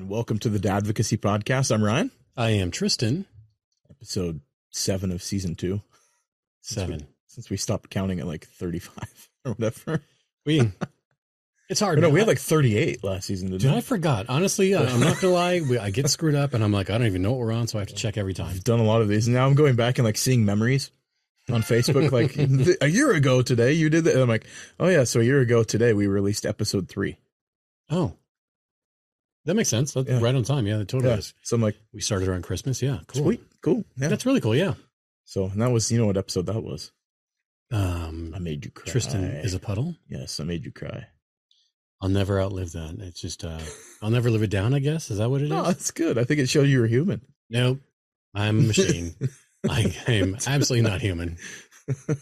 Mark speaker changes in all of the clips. Speaker 1: welcome to the Dadvocacy Podcast. I'm Ryan.
Speaker 2: I am Tristan.
Speaker 1: Episode seven of season two.
Speaker 2: Seven.
Speaker 1: Since we stopped counting at like 35 or whatever.
Speaker 2: We. It's hard.
Speaker 1: no,
Speaker 2: man.
Speaker 1: we had like 38 last season.
Speaker 2: Dude,
Speaker 1: Didn't
Speaker 2: I forgot. Honestly, I, I'm not gonna lie. We, I get screwed up, and I'm like, I don't even know what we're on, so I have to check every time.
Speaker 1: I've done a lot of these. Now I'm going back and like seeing memories on Facebook. like th- a year ago today, you did that. And I'm like, oh yeah. So a year ago today, we released episode three.
Speaker 2: Oh, that makes sense. That's
Speaker 1: Yeah.
Speaker 2: Right on time. Yeah, that totally
Speaker 1: Yeah.
Speaker 2: is.
Speaker 1: So I'm like,
Speaker 2: We started around Christmas. Yeah, Oh, cool.
Speaker 1: sweet, cool. Yeah.
Speaker 2: That's really cool. Yeah.
Speaker 1: so and that was, you know, what episode that was. I
Speaker 2: Um,
Speaker 1: made you cry.
Speaker 2: Tristan is a puddle.
Speaker 1: yes. I made you cry.
Speaker 2: I'll never outlive that. It's just uh, I'll never live it down. I guess is that what it is?
Speaker 1: No,
Speaker 2: No,
Speaker 1: Oh, that's good. I think it showed you were human.
Speaker 2: I'm a machine. I am absolutely not human.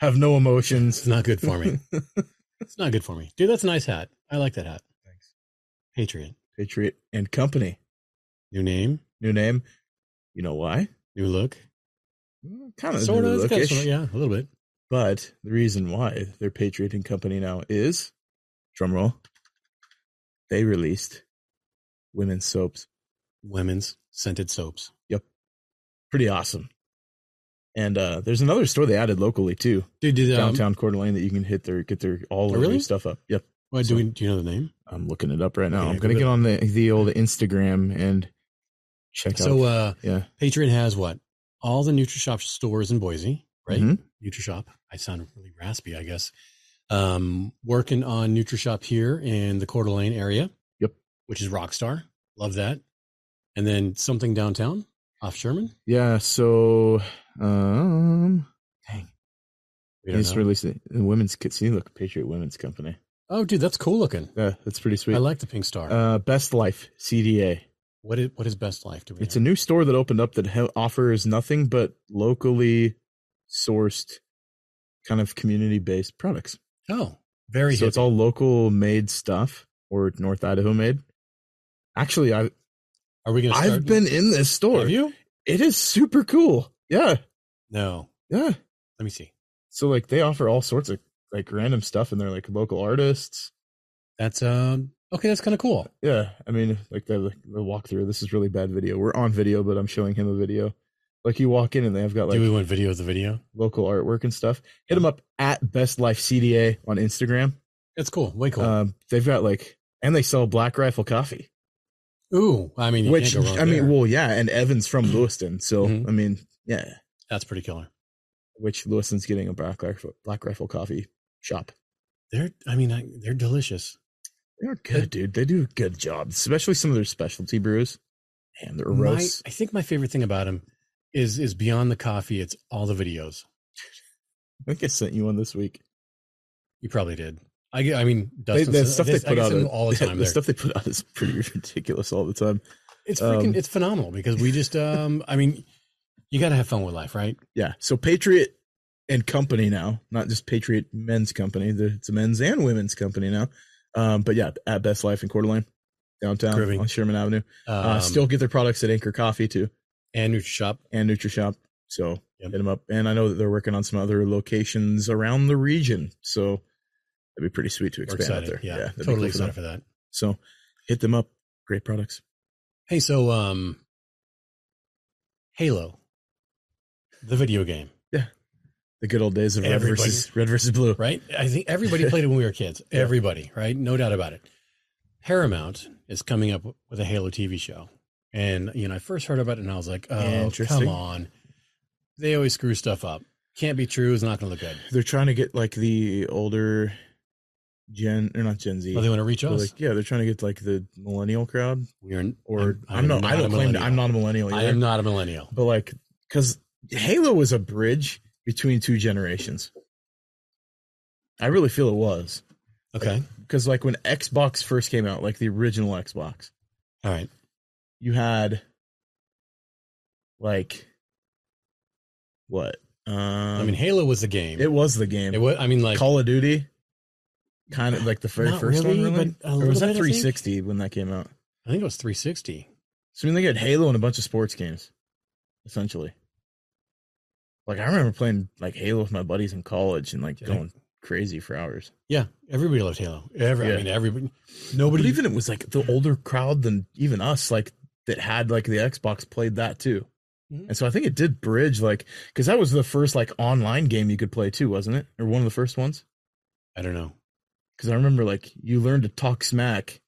Speaker 1: Have no
Speaker 2: It's
Speaker 1: emotions.
Speaker 2: not good for me. It's not good for me, dude. That's a nice hat. I like that hat.
Speaker 1: Thanks.
Speaker 2: Patriot.
Speaker 1: Patriot and Company.
Speaker 2: New name,
Speaker 1: New name. You know why?
Speaker 2: new look.
Speaker 1: Kind of
Speaker 2: Sort
Speaker 1: Oh, new
Speaker 2: of,
Speaker 1: lookish,
Speaker 2: yeah, a little bit.
Speaker 1: but the reason why they're Patriot and Company now is, drumroll, they released women's soaps.
Speaker 2: Women's scented soaps.
Speaker 1: Pretty awesome. And uh, there's another store they added locally too,
Speaker 2: Dude, did um,
Speaker 1: downtown Coeur d'Alene that you can hit their get their all
Speaker 2: Oh,
Speaker 1: of
Speaker 2: really?
Speaker 1: their stuff up. Yep,
Speaker 2: what, do we? Do you know the name?
Speaker 1: I'm looking it up right now.
Speaker 2: Yeah,
Speaker 1: I'm gonna
Speaker 2: go
Speaker 1: get
Speaker 2: to-
Speaker 1: on the the old Instagram and check
Speaker 2: So,
Speaker 1: out.
Speaker 2: uh,
Speaker 1: yeah,
Speaker 2: Patriot has what? All the NutriShop stores in Boise, right?
Speaker 1: Mhm.
Speaker 2: NutriShop. I sound really raspy, I guess. Um, working on NutriShop here in the Coeur d'Alene area.
Speaker 1: Yep.
Speaker 2: Which is Rockstar. Love that. And then something downtown off Sherman.
Speaker 1: yeah. So, um, dang, They
Speaker 2: We don't
Speaker 1: just
Speaker 2: know.
Speaker 1: released it. The women's kit. See, look, Patriot Women's Company.
Speaker 2: oh, dude, that's cool looking.
Speaker 1: Yeah, that's pretty sweet.
Speaker 2: I like the pink star.
Speaker 1: uh, Best Life CDA.
Speaker 2: what is what is best life? Do we?
Speaker 1: It's a
Speaker 2: know?
Speaker 1: new store that opened up that ha- offers nothing but locally sourced, kind of community based products.
Speaker 2: oh, very.
Speaker 1: so it's
Speaker 2: hippie.
Speaker 1: all local made stuff or North Idaho made. Actually, I
Speaker 2: Are we gonna? Start
Speaker 1: I've been in this store.
Speaker 2: Have you?
Speaker 1: It is super cool. Yeah,
Speaker 2: No.
Speaker 1: yeah.
Speaker 2: Let me see.
Speaker 1: So like they offer all sorts of like random stuff, and they're like local artists.
Speaker 2: That's um okay. That's kind of cool.
Speaker 1: Yeah, I mean, like the the walkthrough. This is really bad video. We're on video, but I'm showing him a video. Like you walk in and they've got like
Speaker 2: Do we want video of the video?
Speaker 1: local artwork and stuff. Hit them up at Best Life CDA on Instagram.
Speaker 2: That's cool. Way cool.
Speaker 1: Um, they've got like, and they sell Black Rifle coffee,
Speaker 2: Ooh, I mean, you
Speaker 1: which
Speaker 2: can't go wrong
Speaker 1: I mean,
Speaker 2: there.
Speaker 1: well, yeah, and Evans from Lewiston, so
Speaker 2: Mhm.
Speaker 1: I mean, yeah,
Speaker 2: that's pretty killer.
Speaker 1: which Lewiston's getting a Black Rifle Black Rifle coffee shop.
Speaker 2: They're, I mean, I, they're delicious.
Speaker 1: They're good, dude. They do a good job, especially some of their specialty brews and their
Speaker 2: My,
Speaker 1: roasts.
Speaker 2: I think my favorite thing about them is is beyond the coffee. It's all the videos.
Speaker 1: I think I sent you one this week.
Speaker 2: You probably did. I, get- I mean,
Speaker 1: They,
Speaker 2: Dustin,
Speaker 1: the stuff they
Speaker 2: I
Speaker 1: put
Speaker 2: get
Speaker 1: out
Speaker 2: them
Speaker 1: is-
Speaker 2: all the
Speaker 1: yeah,
Speaker 2: time.
Speaker 1: the
Speaker 2: there.
Speaker 1: stuff they put out is pretty ridiculous all the time.
Speaker 2: it's freaking,
Speaker 1: um,
Speaker 2: it's phenomenal because we just, um, I mean, you got to have fun with life, right?
Speaker 1: Yeah. So Patriot and Company now, not just Patriot Men's Company. the- It's a men's and women's company now. Um, but yeah, at Best Life in Coeur d'Alene, downtown
Speaker 2: Groovy.
Speaker 1: on Sherman Avenue.
Speaker 2: Um,
Speaker 1: Uh, still get their products at Anchor Coffee too
Speaker 2: and NutriShop.
Speaker 1: and NutriShop. So hit
Speaker 2: Yep.
Speaker 1: them up. And I know that they're working on some other locations around the region. So that'd be pretty sweet to
Speaker 2: We're
Speaker 1: expand out
Speaker 2: excited.
Speaker 1: there.
Speaker 2: Yeah,
Speaker 1: that'd be
Speaker 2: totally
Speaker 1: cool for them.
Speaker 2: excited for that.
Speaker 1: So hit them up. Great products.
Speaker 2: Hey, so um Halo, the video game,
Speaker 1: The good old days of red
Speaker 2: Everybody-
Speaker 1: versus red versus blue.
Speaker 2: right? I think everybody played it when we were kids.
Speaker 1: Yeah.
Speaker 2: Everybody, right? No doubt about it. Paramount is coming up with a Halo TV show. And you know, I first heard about it and I was like, "Oh,
Speaker 1: Interesting.
Speaker 2: come on. They always screw stuff up. Can't be true. It's not going to look good."
Speaker 1: They're trying to get like the older Gen or not Gen Z.
Speaker 2: Well, they want to reach
Speaker 1: They're
Speaker 2: us.
Speaker 1: like, yeah, they're trying to get like the millennial crowd,
Speaker 2: We're in,
Speaker 1: or I'm,
Speaker 2: am
Speaker 1: not, I
Speaker 2: a
Speaker 1: don't claim that I'm
Speaker 2: millennial.
Speaker 1: not a millennial. Either,
Speaker 2: I am not a millennial.
Speaker 1: but like, because Halo was a bridge between two generations. I really feel it was
Speaker 2: Okay.
Speaker 1: because like when Xbox first came out, like the original Xbox,
Speaker 2: All right.
Speaker 1: you had like what? Um,
Speaker 2: I mean, Halo was the game.
Speaker 1: it was the game.
Speaker 2: It was I mean like
Speaker 1: Call of Duty, kind of like the very
Speaker 2: Not
Speaker 1: first
Speaker 2: really,
Speaker 1: one, really.
Speaker 2: but a
Speaker 1: or was that
Speaker 2: little bit, I
Speaker 1: 360
Speaker 2: think.
Speaker 1: when that came out?
Speaker 2: I think it was 360.
Speaker 1: So I mean, they got Halo and a bunch of sports games, essentially. Like I remember playing like Halo with my buddies in college and like
Speaker 2: Yeah.
Speaker 1: going crazy for hours.
Speaker 2: Yeah, everybody loved Halo. Every, I
Speaker 1: Yeah.
Speaker 2: mean, everybody.
Speaker 1: But
Speaker 2: Nobody.
Speaker 1: even it was like the older crowd than even us, like that had like the Xbox played that too.
Speaker 2: Mhm.
Speaker 1: And so I think it did bridge like because that was the first like online game you could play too, wasn't it? Or one of the first ones?
Speaker 2: I don't know.
Speaker 1: Because I remember like you learned to talk smack.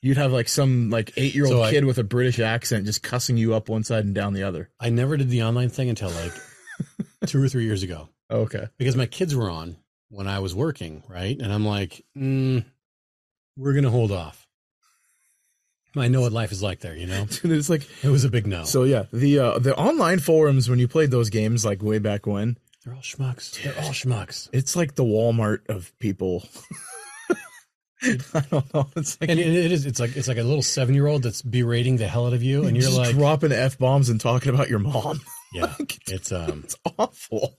Speaker 1: You'd have like some like eight year
Speaker 2: So
Speaker 1: old
Speaker 2: I-
Speaker 1: kid with a British accent just cussing you up one side and down the other.
Speaker 2: I never did the online thing until like two or three years ago
Speaker 1: Okay.
Speaker 2: because my kids were on when I was working, right? And I'm like, mm, we're gonna hold off. I know what life is like there. You know,
Speaker 1: Dude, it's like
Speaker 2: it was a big no.
Speaker 1: so yeah, the uh the online forums when you played those games like way back when,
Speaker 2: They're all schmucks. They're all schmucks.
Speaker 1: it's like the Walmart of people. I don't know. It's like
Speaker 2: And it it is. It's like it's like a little seven year old that's berating the hell out of you, and you're
Speaker 1: just
Speaker 2: like,
Speaker 1: dropping f bombs and talking about your mom.
Speaker 2: yeah,
Speaker 1: Like, it's,
Speaker 2: it's um,
Speaker 1: it's awful.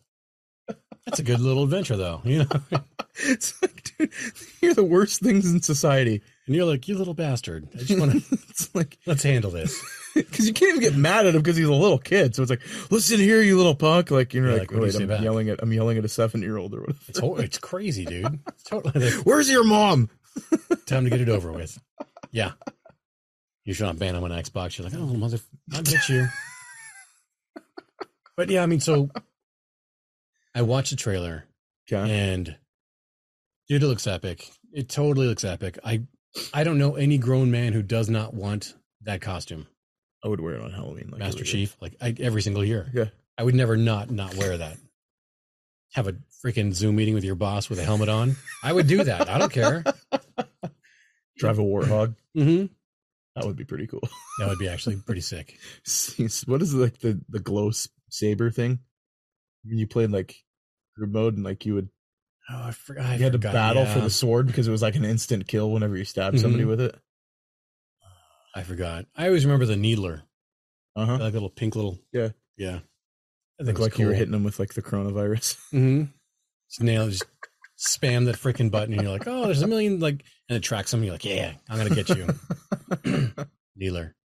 Speaker 2: that's a good little adventure though. You know,
Speaker 1: It's like, dude, you're the worst things in society.
Speaker 2: and you're like, you little bastard. I just want to
Speaker 1: it's like
Speaker 2: let's handle this.
Speaker 1: because you can't even get mad at him because he's a little kid. So it's like, listen here, you little punk. Like you're
Speaker 2: Yeah,
Speaker 1: like,
Speaker 2: like, what do you
Speaker 1: wait,
Speaker 2: say
Speaker 1: I'm
Speaker 2: back?
Speaker 1: yelling at I'm yelling at a seven year old or whatever.
Speaker 2: It's ho- it's crazy, dude. It's totally like,
Speaker 1: Where's your mom?
Speaker 2: time to get it over with. Yeah, you should not ban him on Xbox. You're like, oh mother, I get you. But yeah, I mean, so I watched the trailer.
Speaker 1: Okay.
Speaker 2: and dude, it looks epic. It totally looks epic. I I don't know any grown man who does not want that costume,
Speaker 1: I would wear it on Halloween. Like
Speaker 2: Master
Speaker 1: every day.
Speaker 2: Chief. Like I, every single year,
Speaker 1: Yeah.
Speaker 2: I would never not not wear that. Have a freaking Zoom meeting with your boss with a helmet on. I would do that. I don't care.
Speaker 1: Drive a warthog.
Speaker 2: Mm-hmm.
Speaker 1: That would be pretty cool.
Speaker 2: That would be actually pretty sick.
Speaker 1: what is like the the glow s- saber thing? When you played like group mode and like you would
Speaker 2: Oh, I, for, I
Speaker 1: you had to
Speaker 2: forgot,
Speaker 1: battle for
Speaker 2: yeah.
Speaker 1: the sword because it was like an instant kill whenever you stabbed somebody
Speaker 2: Mhm.
Speaker 1: with it.
Speaker 2: I forgot. I always remember the needler,
Speaker 1: Uh huh.
Speaker 2: like a little pink little.
Speaker 1: Yeah.
Speaker 2: yeah. I
Speaker 1: Like, like you were hitting them with like the coronavirus.
Speaker 2: Mm-hmm. Just nail it, just spam that freaking button, and you're like, oh, there's a million like, and it tracks them. You're like, yeah, I'm gonna get you, dealer.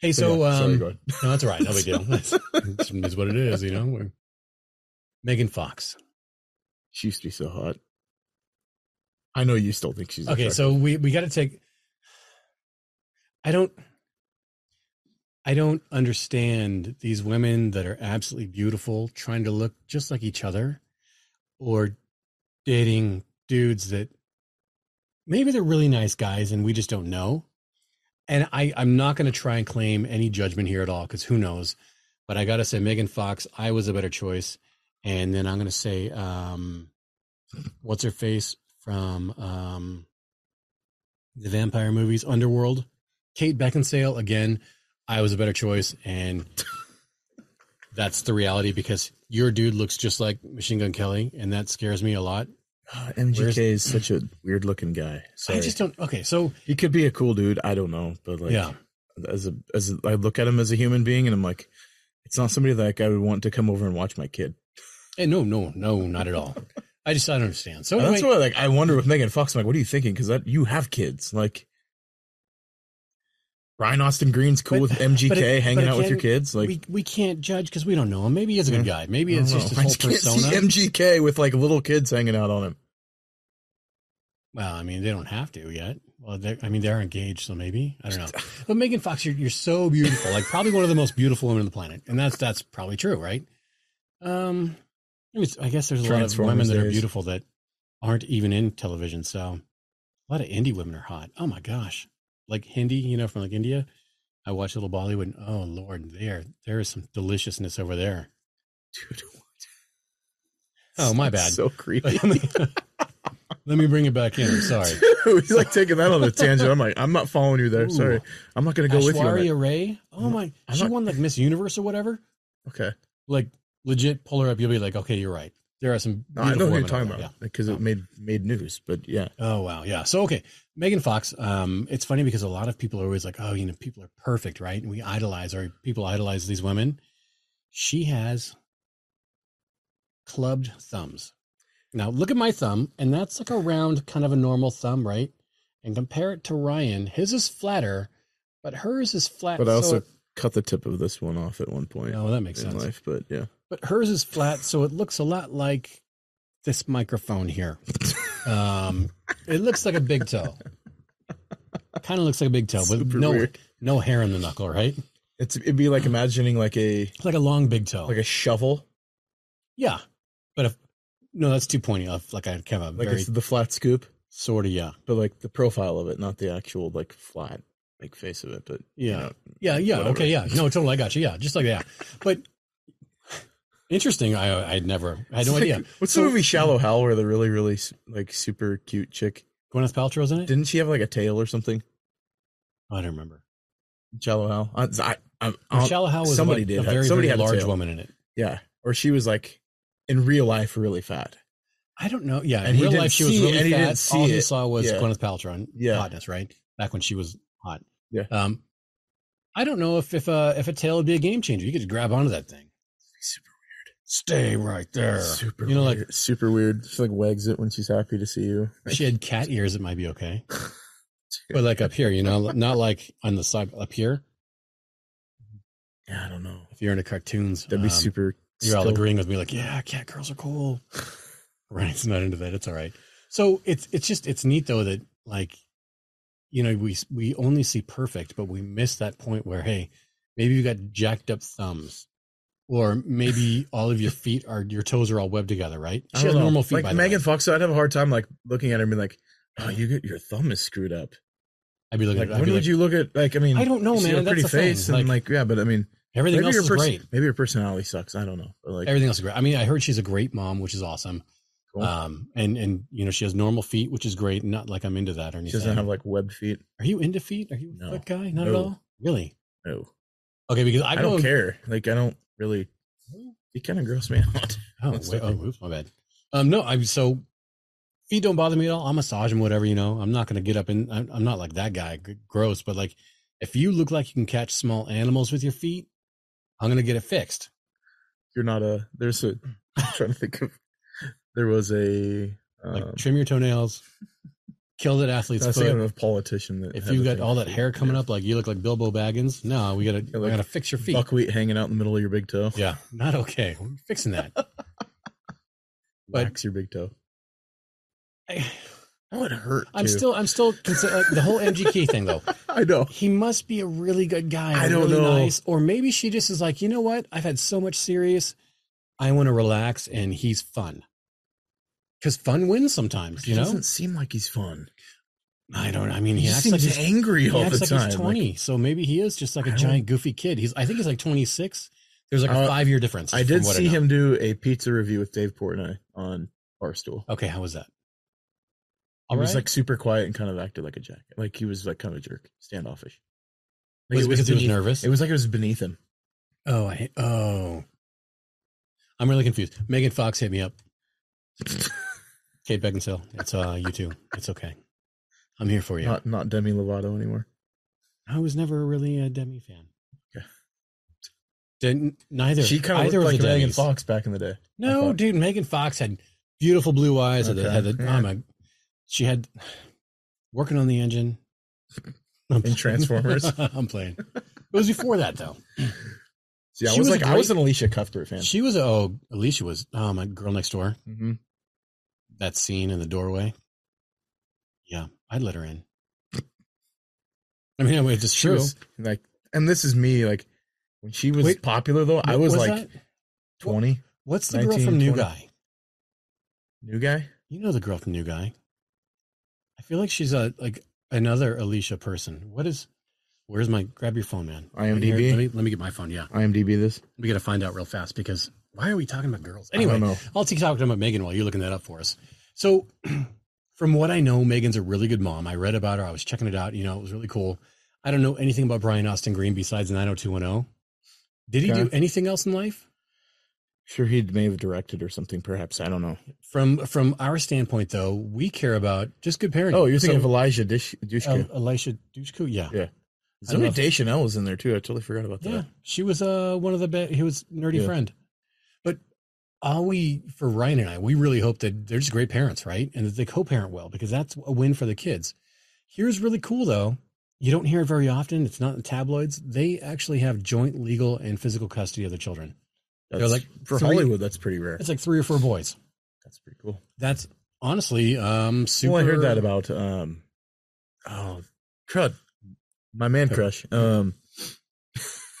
Speaker 2: Hey, so
Speaker 1: yeah, sorry,
Speaker 2: um,
Speaker 1: go ahead.
Speaker 2: no, that's all right, no big deal. That's it's what it is, you know. We're- Megan Fox.
Speaker 1: she used to be so hot. I know you still think she's
Speaker 2: Okay,
Speaker 1: attractive.
Speaker 2: so we we got to take. I don't. I don't understand these women that are absolutely beautiful trying to look just like each other, or dating dudes that maybe they're really nice guys and we just don't know. And I I'm not going to try and claim any judgment here at all because who knows. But I gotta say, Megan Fox, I was a better choice. And then I'm gonna say, um, what's her face from um, the vampire movies, Underworld, Kate Beckinsale. Again, I was a better choice, and that's the reality because your dude looks just like Machine Gun Kelly, and that scares me a lot.
Speaker 1: Ah, MGK is such a weird looking guy. Sorry.
Speaker 2: I just don't. Okay, so
Speaker 1: he could be a cool dude. I don't know, but like,
Speaker 2: yeah,
Speaker 1: as a as a, I look at him as a human being, and I'm like, it's not somebody that like, I would want to come over and watch my kid.
Speaker 2: Eh, no, no, no, not at all. I just I don't understand. So
Speaker 1: And
Speaker 2: anyway,
Speaker 1: that's why, like, I wonder with Megan Fox, I'm like, what are you thinking? Because that you have kids, like. Brian Austin Green's cool
Speaker 2: But-
Speaker 1: with MGK
Speaker 2: but it-
Speaker 1: hanging
Speaker 2: but
Speaker 1: out with your
Speaker 2: again,
Speaker 1: kids. Like,
Speaker 2: we we can't judge because we don't know him. Maybe he's a good guy. Maybe
Speaker 1: I
Speaker 2: it's
Speaker 1: don't
Speaker 2: just his
Speaker 1: know. I
Speaker 2: whole
Speaker 1: just can't see
Speaker 2: persona.
Speaker 1: MGK with like little kids hanging out on him.
Speaker 2: Well, I mean, they don't have to yet. Well, they're, I mean, they're engaged, so maybe I don't know. But Megan Fox, you're you're so beautiful, like probably one of the most beautiful women on the planet, and that's that's probably true, right? Um, I, mean, I guess there's a lot of women
Speaker 1: Transformers
Speaker 2: that are
Speaker 1: days.
Speaker 2: beautiful that aren't even in television. So a lot of indie women are hot. Oh my gosh, like Hindi, you know, from like India. I watch Little Bollywood. And, oh Lord, there there is some deliciousness over there.
Speaker 1: Dude,
Speaker 2: Oh my bad.
Speaker 1: So creepy.
Speaker 2: Let me- let me bring it back in. I'm sorry.
Speaker 1: He's like taking that on a tangent. I'm like, I'm not following you there.
Speaker 2: Ooh.
Speaker 1: Sorry, I'm not gonna go with you. on
Speaker 2: Ashwarya
Speaker 1: that.
Speaker 2: Ray. Oh
Speaker 1: Mm,
Speaker 2: my!
Speaker 1: I'm
Speaker 2: she
Speaker 1: not-
Speaker 2: won like Miss Universe or whatever.
Speaker 1: Okay,
Speaker 2: Like legit, pull her up. You'll be like, okay, you're right. There are some.
Speaker 1: no, I
Speaker 2: beautiful
Speaker 1: know who
Speaker 2: women
Speaker 1: you're
Speaker 2: out
Speaker 1: talking
Speaker 2: there.
Speaker 1: about because it made made news. But yeah,
Speaker 2: Yeah. Oh wow, yeah. So okay, Megan Fox. Um, it's funny because a lot of people are always like, oh, you know, people are perfect, right? And we idolize or people idolize these women. She has clubbed thumbs. Now look at my thumb, and that's like a round, kind of a normal thumb, right? And compare it to Ryan. His is flatter, but hers is flat.
Speaker 1: but I
Speaker 2: so
Speaker 1: also
Speaker 2: it-
Speaker 1: cut the tip of this one off at one point
Speaker 2: oh, that makes
Speaker 1: in
Speaker 2: sense.
Speaker 1: life. But yeah,
Speaker 2: but hers is flat, so it looks a lot like this microphone here. Um, it looks like a big toe. Kind of looks like a big toe, with
Speaker 1: Super
Speaker 2: no
Speaker 1: weird.
Speaker 2: no hair on the knuckle, right?
Speaker 1: It's it'd be like imagining like a
Speaker 2: It's like a long big toe.
Speaker 1: like a shovel,
Speaker 2: yeah, but if no, that's too pointy. Off like I kind of a
Speaker 1: like
Speaker 2: very
Speaker 1: it's the flat scoop,
Speaker 2: sort of yeah,
Speaker 1: but like the profile of it, not the actual like flat like face of it. But you
Speaker 2: yeah.
Speaker 1: know,
Speaker 2: Yeah, yeah,
Speaker 1: whatever.
Speaker 2: okay, yeah. No, totally, I got you. Yeah, just like that. But interesting. I I'd never I
Speaker 1: It's
Speaker 2: had no
Speaker 1: like-
Speaker 2: idea.
Speaker 1: What's
Speaker 2: So-
Speaker 1: the movie Shallow Hal where the really really s- like super cute chick?
Speaker 2: Gwyneth Paltrow's in it.
Speaker 1: Didn't she have like a tail or something?
Speaker 2: I don't remember.
Speaker 1: Shallow Hal. I, I, I'm-
Speaker 2: Or
Speaker 1: I'm-
Speaker 2: Shallow Hal was
Speaker 1: somebody
Speaker 2: like,
Speaker 1: did
Speaker 2: a
Speaker 1: have-
Speaker 2: very,
Speaker 1: somebody
Speaker 2: very
Speaker 1: had a
Speaker 2: large
Speaker 1: tail.
Speaker 2: woman in it.
Speaker 1: yeah, or she was like in real life really fat.
Speaker 2: I don't know. Yeah,
Speaker 1: And
Speaker 2: in
Speaker 1: he
Speaker 2: real
Speaker 1: didn't
Speaker 2: life she was
Speaker 1: see it,
Speaker 2: really
Speaker 1: and he
Speaker 2: fat.
Speaker 1: didn't see
Speaker 2: All he
Speaker 1: it.
Speaker 2: saw was
Speaker 1: Yeah.
Speaker 2: Gwyneth Paltrow and
Speaker 1: Yeah.
Speaker 2: hotness, right? Back when she was hot.
Speaker 1: Yeah.
Speaker 2: Um, I don't know if if uh, if a tail would be a game changer. You could just grab onto that thing.
Speaker 1: Super
Speaker 2: Stay right there.
Speaker 1: Super
Speaker 2: You know, like-
Speaker 1: weird. super weird. She like wags it when she's happy to see you.
Speaker 2: If she had cat ears, it might be okay. But like up here, you know, not like on the side up here.
Speaker 1: Yeah, I don't know.
Speaker 2: If you're into cartoons,
Speaker 1: That'd be
Speaker 2: um,
Speaker 1: super.
Speaker 2: You're um, all
Speaker 1: still.
Speaker 2: agreeing with me, like, yeah, cat girls are cool. Ryan's not into that. It's all right. So it's it's just it's neat though that like, you know, we we only see perfect, but we miss that point where hey, maybe you got jacked up thumbs, or maybe all of your feet are your toes are all webbed together, right?
Speaker 1: I
Speaker 2: She
Speaker 1: don't
Speaker 2: has
Speaker 1: know.
Speaker 2: normal feet.
Speaker 1: Like
Speaker 2: by the
Speaker 1: Megan
Speaker 2: way.
Speaker 1: Fox, I'd have a hard time like looking at her and being like, "Oh, you get, your thumb is screwed up."
Speaker 2: I'd be looking.
Speaker 1: Like,
Speaker 2: at, I'd
Speaker 1: when
Speaker 2: be
Speaker 1: would
Speaker 2: like,
Speaker 1: you look at like? I mean,
Speaker 2: I don't know,
Speaker 1: you see
Speaker 2: man.
Speaker 1: a
Speaker 2: That's
Speaker 1: pretty
Speaker 2: the
Speaker 1: face
Speaker 2: thing.
Speaker 1: and
Speaker 2: Like,
Speaker 1: like, yeah, but I mean,
Speaker 2: everything
Speaker 1: maybe
Speaker 2: else
Speaker 1: your
Speaker 2: is
Speaker 1: pers-
Speaker 2: great.
Speaker 1: maybe your personality sucks. I don't know, but like,
Speaker 2: everything else is great. I mean, I heard she's a great mom, which is awesome.
Speaker 1: Cool.
Speaker 2: Um, and and you know she has normal feet, which is great. Not like I'm into that or
Speaker 1: she
Speaker 2: anything.
Speaker 1: doesn't have like web feet.
Speaker 2: Are you into feet? Are you a
Speaker 1: No.
Speaker 2: foot guy? Not at
Speaker 1: No.
Speaker 2: all. Really?
Speaker 1: No,
Speaker 2: Okay, because I,
Speaker 1: I,
Speaker 2: go-
Speaker 1: don't care. Like, I don't really. It kind of grosses me out.
Speaker 2: Oh,
Speaker 1: That's
Speaker 2: wait, oh,
Speaker 1: okay.
Speaker 2: oops, my bad. Um, no, I'm so feet don't bother me at all. I'll massage them, whatever you know. I'm not gonna get up and I'm, I'm not like that guy, g- gross. But like, if you look like you can catch small animals with your feet, I'm gonna get it fixed.
Speaker 1: You're not a. There's a. I'm trying to think of. There was a.
Speaker 2: Like,
Speaker 1: Um,
Speaker 2: trim your toenails, kill that
Speaker 1: I
Speaker 2: athlete's
Speaker 1: was
Speaker 2: foot.
Speaker 1: thinking of a politician that.
Speaker 2: If
Speaker 1: had
Speaker 2: you
Speaker 1: a
Speaker 2: got
Speaker 1: thing
Speaker 2: all
Speaker 1: for
Speaker 2: that
Speaker 1: feet.
Speaker 2: hair coming
Speaker 1: Yeah.
Speaker 2: up like you look like Bilbo Baggins, no, we gotta we
Speaker 1: like
Speaker 2: gotta fix your feet.
Speaker 1: buckwheat hanging out in the middle of your big toe,
Speaker 2: Yeah, not okay. We're fixing that. But-
Speaker 1: wax your big toe.
Speaker 2: I,
Speaker 1: That would hurt.
Speaker 2: I'm
Speaker 1: too.
Speaker 2: still I'm still consider- like, the whole MGK thing though.
Speaker 1: I know.
Speaker 2: He must be a really good guy.
Speaker 1: I
Speaker 2: and
Speaker 1: don't
Speaker 2: really
Speaker 1: know.
Speaker 2: Nice, or maybe she just is like, you know what? I've had so much serious. I want to relax, and he's fun. Because fun wins sometimes,
Speaker 1: He
Speaker 2: you know.
Speaker 1: doesn't seem like he's fun.
Speaker 2: I don't. I mean,
Speaker 1: He,
Speaker 2: he acts like
Speaker 1: seems
Speaker 2: he's,
Speaker 1: angry
Speaker 2: he
Speaker 1: all the
Speaker 2: acts like
Speaker 1: time.
Speaker 2: he's twenty, so maybe he is just like a
Speaker 1: I don't-
Speaker 2: giant goofy kid. He's. I think he's like twenty six. There's like a
Speaker 1: Uh,
Speaker 2: five year difference.
Speaker 1: I
Speaker 2: from
Speaker 1: did
Speaker 2: what
Speaker 1: see
Speaker 2: know.
Speaker 1: him do a pizza review with Dave Portnoy on Barstool.
Speaker 2: Okay, how was that?
Speaker 1: He
Speaker 2: All
Speaker 1: was
Speaker 2: right.
Speaker 1: like super quiet and kind of acted like a jack. Like he was like kind of a jerk, standoffish. Like,
Speaker 2: was it because he was
Speaker 1: beneath-
Speaker 2: nervous?
Speaker 1: It was like it was beneath him.
Speaker 2: Oh, I hate, oh, I'm really confused. Megan Fox hit me up. Kate Beckinsale, it's uh, you too. It's okay. I'm here for you.
Speaker 1: Not not Demi Lovato anymore.
Speaker 2: I was never really a Demi fan.
Speaker 1: Okay.
Speaker 2: Didn't neither.
Speaker 1: She kind of
Speaker 2: either
Speaker 1: looked like
Speaker 2: of the
Speaker 1: Megan
Speaker 2: Demis.
Speaker 1: Fox back in the day. I
Speaker 2: No,
Speaker 1: thought.
Speaker 2: dude, Megan Fox had beautiful blue eyes. Had the,
Speaker 1: Okay,
Speaker 2: had the,
Speaker 1: yeah.
Speaker 2: I'm a, oh she had working on the engine. I'm
Speaker 1: In Transformers.
Speaker 2: I'm playing. It was before that though.
Speaker 1: See, I was,
Speaker 2: She was a
Speaker 1: like I was
Speaker 2: great-
Speaker 1: an Alicia Cuthbert fan.
Speaker 2: She was oh Alicia was oh my girl next door.
Speaker 1: hmm
Speaker 2: that scene in the doorway. Yeah, I'd let her in. I mean, anyway, it's
Speaker 1: She
Speaker 2: true.
Speaker 1: was, like, and this is me. Like when she was
Speaker 2: Wait,
Speaker 1: popular though, I
Speaker 2: What
Speaker 1: was, like
Speaker 2: that?
Speaker 1: twenty.
Speaker 2: what's the girl
Speaker 1: 19,
Speaker 2: from New
Speaker 1: 20?
Speaker 2: Guy?
Speaker 1: New guy.
Speaker 2: You know the girl from New Guy. I feel like she's a like another Alicia person. What is? Where's my? Grab your phone, man. Let me-
Speaker 1: IMDb?
Speaker 2: Let me let me get my phone. Yeah,
Speaker 1: IMDb this.
Speaker 2: we got to find out real fast because why are we talking about girls
Speaker 1: I
Speaker 2: anyway?
Speaker 1: don't know.
Speaker 2: I'll keep talking about Megan while you're looking that up for us. So, from what I know, Megan's a really good mom. I read about her. I was checking it out. You know, it was really cool. I don't know anything about Brian Austin Green besides 90210. Did he
Speaker 1: Okay.
Speaker 2: do anything else in life?
Speaker 1: Sure, he may have directed or something. Perhaps I don't know.
Speaker 2: From from our standpoint, though, we care about just good parenting.
Speaker 1: Oh, you're thinking of
Speaker 2: So,
Speaker 1: Elijah Dish- Dushku.
Speaker 2: um, Elisha Dushku? Yeah.
Speaker 1: Yeah.
Speaker 2: I don't
Speaker 1: Zoe
Speaker 2: know if-
Speaker 1: Deschanel was in there too. I totally forgot about that.
Speaker 2: Yeah, she was uh one of the best. He was nerdy
Speaker 1: Yeah.
Speaker 2: friend, but all we for Ryan and I, we really hope that they're just great parents, right? And that they co-parent well because that's a win for the kids. Here's really cool though. You don't hear it very often. It's not in tabloids. They actually have joint legal and physical custody of their children.
Speaker 1: That's,
Speaker 2: They're like
Speaker 1: for
Speaker 2: three-
Speaker 1: Hollywood, that's pretty rare.
Speaker 2: It's like three or four boys.
Speaker 1: That's pretty cool.
Speaker 2: That's honestly um super.
Speaker 1: Well, Oh, I heard that about um, oh, crud, my man crush. Um,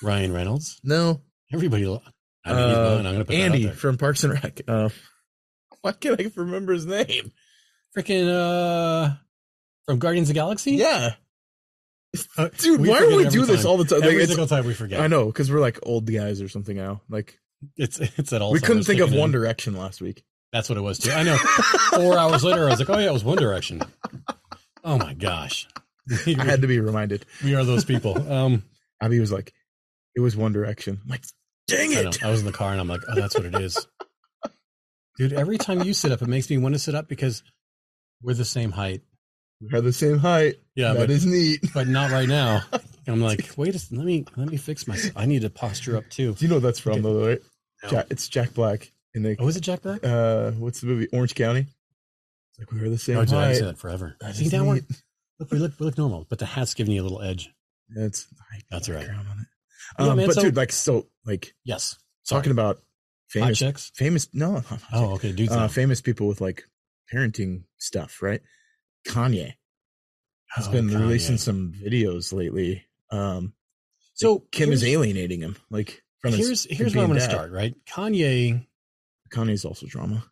Speaker 2: Ryan Reynolds.
Speaker 1: no,
Speaker 2: Everybody, lo- I mean, he's
Speaker 1: Uh,
Speaker 2: mine. I'm gonna put
Speaker 1: Andy
Speaker 2: that out
Speaker 1: from Parks and Rec. Uh, why can't I remember his name?
Speaker 2: there. Freaking uh, from Guardians of the Galaxy.
Speaker 1: Yeah,
Speaker 2: Uh,
Speaker 1: dude,
Speaker 2: we
Speaker 1: why
Speaker 2: forget
Speaker 1: do we
Speaker 2: every
Speaker 1: do this
Speaker 2: time.
Speaker 1: all the time? Like,
Speaker 2: Every
Speaker 1: it's-
Speaker 2: single time we forget.
Speaker 1: I know because we're like old guys or something now. Like
Speaker 2: It's it's at all.
Speaker 1: we couldn't think of One Direction last week.
Speaker 2: That's what it was too. I know. Four hours later, I was like, oh yeah, it was One Direction. Oh my gosh, we,
Speaker 1: I had to be reminded.
Speaker 2: we are those people. Um,
Speaker 1: Abby was like, "It was One Direction." I'm like, dang
Speaker 2: I know.
Speaker 1: it!
Speaker 2: I was in the car and I'm like, oh, that's what it is. Dude, every time you sit up, it makes me want to sit up because we're the same height.
Speaker 1: We are the same height.
Speaker 2: Yeah,
Speaker 1: that
Speaker 2: but,
Speaker 1: is neat.
Speaker 2: but not right now. I'm like, wait, a, let me let me fix myself. I need to posture up too.
Speaker 1: Do you know what that's from
Speaker 2: Okay.
Speaker 1: though, right?
Speaker 2: No.
Speaker 1: Ja- it's Jack Black in the
Speaker 2: Oh, is it Jack Black?
Speaker 1: uh, what's the movie? Orange County. It's like we are the same
Speaker 2: Oh, dude, I
Speaker 1: height.
Speaker 2: say that forever.
Speaker 1: That
Speaker 2: See
Speaker 1: is
Speaker 2: that one?
Speaker 1: neat.
Speaker 2: Look, we look we look normal, but the hat's giving you a little edge.
Speaker 1: That's
Speaker 2: That's all right.
Speaker 1: background on it.
Speaker 2: Yeah,
Speaker 1: Um,
Speaker 2: man,
Speaker 1: but
Speaker 2: so-
Speaker 1: dude, like, so like
Speaker 2: Yes.
Speaker 1: talking about
Speaker 2: hot
Speaker 1: famous,
Speaker 2: chicks.
Speaker 1: famous, no, not hot
Speaker 2: Oh, okay, dude.
Speaker 1: chick. uh, famous people with like parenting stuff, right? Kanye has
Speaker 2: Oh,
Speaker 1: been releasing some videos lately. Um,
Speaker 2: So
Speaker 1: Kim is
Speaker 2: here's-
Speaker 1: alienating him, like from his,
Speaker 2: Here's here's
Speaker 1: being
Speaker 2: where I'm going to
Speaker 1: dad.
Speaker 2: start. Right, Kanye.
Speaker 1: Kanye's also drama.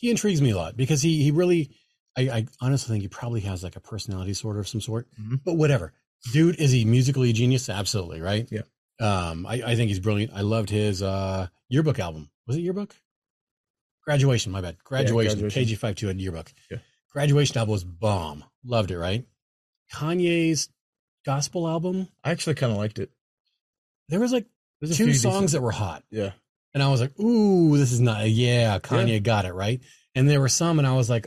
Speaker 2: He intrigues me a lot because he he really. I, I honestly think he probably has like a personality disorder of some sort.
Speaker 1: Mhm.
Speaker 2: But whatever, dude, is he musically a genius? Absolutely, right?
Speaker 1: Yeah.
Speaker 2: Um, I, I think he's brilliant. I loved his uh yearbook album. Was it yearbook? Graduation. My bad. Graduation.
Speaker 1: Graduation.
Speaker 2: KG five two and yearbook.
Speaker 1: Yeah.
Speaker 2: Graduation album was bomb. Loved it. Right. Kanye's gospel album.
Speaker 1: I actually kind of liked it.
Speaker 2: There was like
Speaker 1: There's a
Speaker 2: two
Speaker 1: few
Speaker 2: songs
Speaker 1: decent-
Speaker 2: that were hot.
Speaker 1: yeah.
Speaker 2: And I was like, ooh, this is not, yeah, Kanye got it, right? And there were some, and I was like,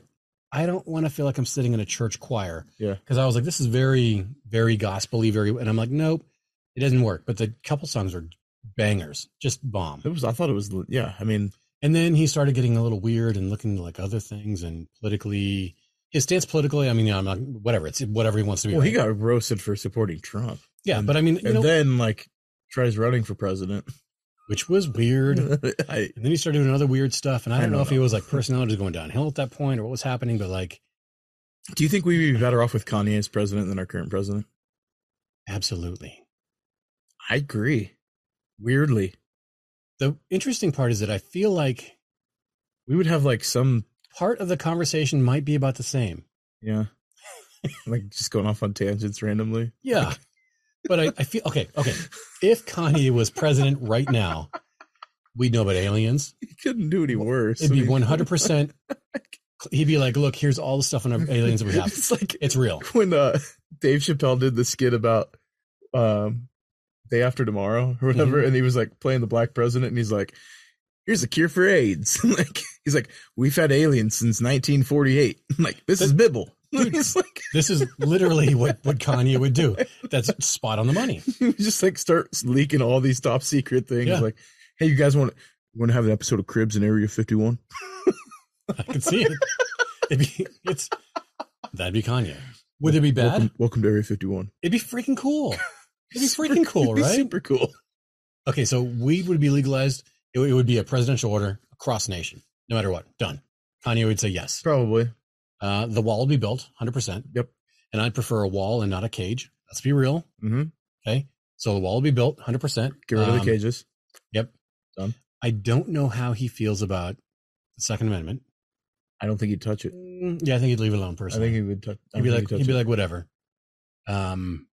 Speaker 2: I don't want to feel like I'm sitting in a church choir.
Speaker 1: Yeah.
Speaker 2: Cause I was like, this is very, very gospel very, and I'm like, nope, it doesn't work. But the couple songs are bangers, just bomb.
Speaker 1: It was. I thought it was. Yeah. I mean,
Speaker 2: And then he started getting a little weird and looking like other things and politically, his stance politically, I mean, I'm not, whatever, it's whatever he wants to be.
Speaker 1: well, he
Speaker 2: right?
Speaker 1: got roasted for supporting Trump,
Speaker 2: yeah, but I mean, you
Speaker 1: and
Speaker 2: know,
Speaker 1: then like tries running for president.
Speaker 2: which was weird.
Speaker 1: I,
Speaker 2: And then he started doing other weird stuff. And I
Speaker 1: Hmm. I
Speaker 2: don't know,
Speaker 1: know
Speaker 2: if he
Speaker 1: that.
Speaker 2: was like personality was going downhill at that point or what was happening, but like,
Speaker 1: Do you think we'd be better off with Kanye as president than our current president?
Speaker 2: Absolutely.
Speaker 1: I agree. Weirdly,
Speaker 2: The interesting part is that I feel like
Speaker 1: we would have like some,
Speaker 2: part of the conversation might be about the same.
Speaker 1: yeah, like just going off on tangents randomly.
Speaker 2: Yeah. But I, I feel okay. Okay. If Kanye was president right now, we'd know about aliens.
Speaker 1: He couldn't do any worse.
Speaker 2: It'd
Speaker 1: I
Speaker 2: be
Speaker 1: mean,
Speaker 2: 100%. He'd be like, look, here's all the stuff on our aliens that we have.
Speaker 1: It's like
Speaker 2: It's real.
Speaker 1: when uh, Dave Chappelle did the skit about um, day after tomorrow
Speaker 2: Mm-hmm.
Speaker 1: or whatever, and he was like playing the black president, and he's like, "Here's a cure for AIDS." like he's like, "We've had aliens since 1948." like this is Bibble.
Speaker 2: Dude.
Speaker 1: it's like
Speaker 2: This is literally what, what Kanye would do. That's spot on the money.
Speaker 1: You just like start leaking all these top secret things.
Speaker 2: Yeah.
Speaker 1: Like, hey, you guys want want to have an episode of Cribs in Area Fifty One?
Speaker 2: I can see it. It'd be, it's, that'd be Kanye. Would it be bad?
Speaker 1: Welcome, welcome to Area Fifty One.
Speaker 2: It'd be freaking cool. It'd be freaking cool, right?
Speaker 1: Super cool.
Speaker 2: Okay, so weed would be legalized. It, would- it would be a presidential order across the nation, no matter what. Done. Kanye would say yes.
Speaker 1: Probably.
Speaker 2: Uh, the wall would be built, hundred percent.
Speaker 1: Yep.
Speaker 2: And I'd prefer a wall and not a cage. Let's be real.
Speaker 1: hmm
Speaker 2: Okay. So the wall would be built, hundred percent. Um,
Speaker 1: Get rid of the cages.
Speaker 2: I don't know how he feels about the Second Amendment.
Speaker 1: I don't think he'd touch it.
Speaker 2: Mm, Yeah, I think he'd leave it alone
Speaker 1: I think
Speaker 2: personally.
Speaker 1: he would touch. I
Speaker 2: he'd be
Speaker 1: don't
Speaker 2: like,
Speaker 1: think
Speaker 2: he'd be like, whatever. Um,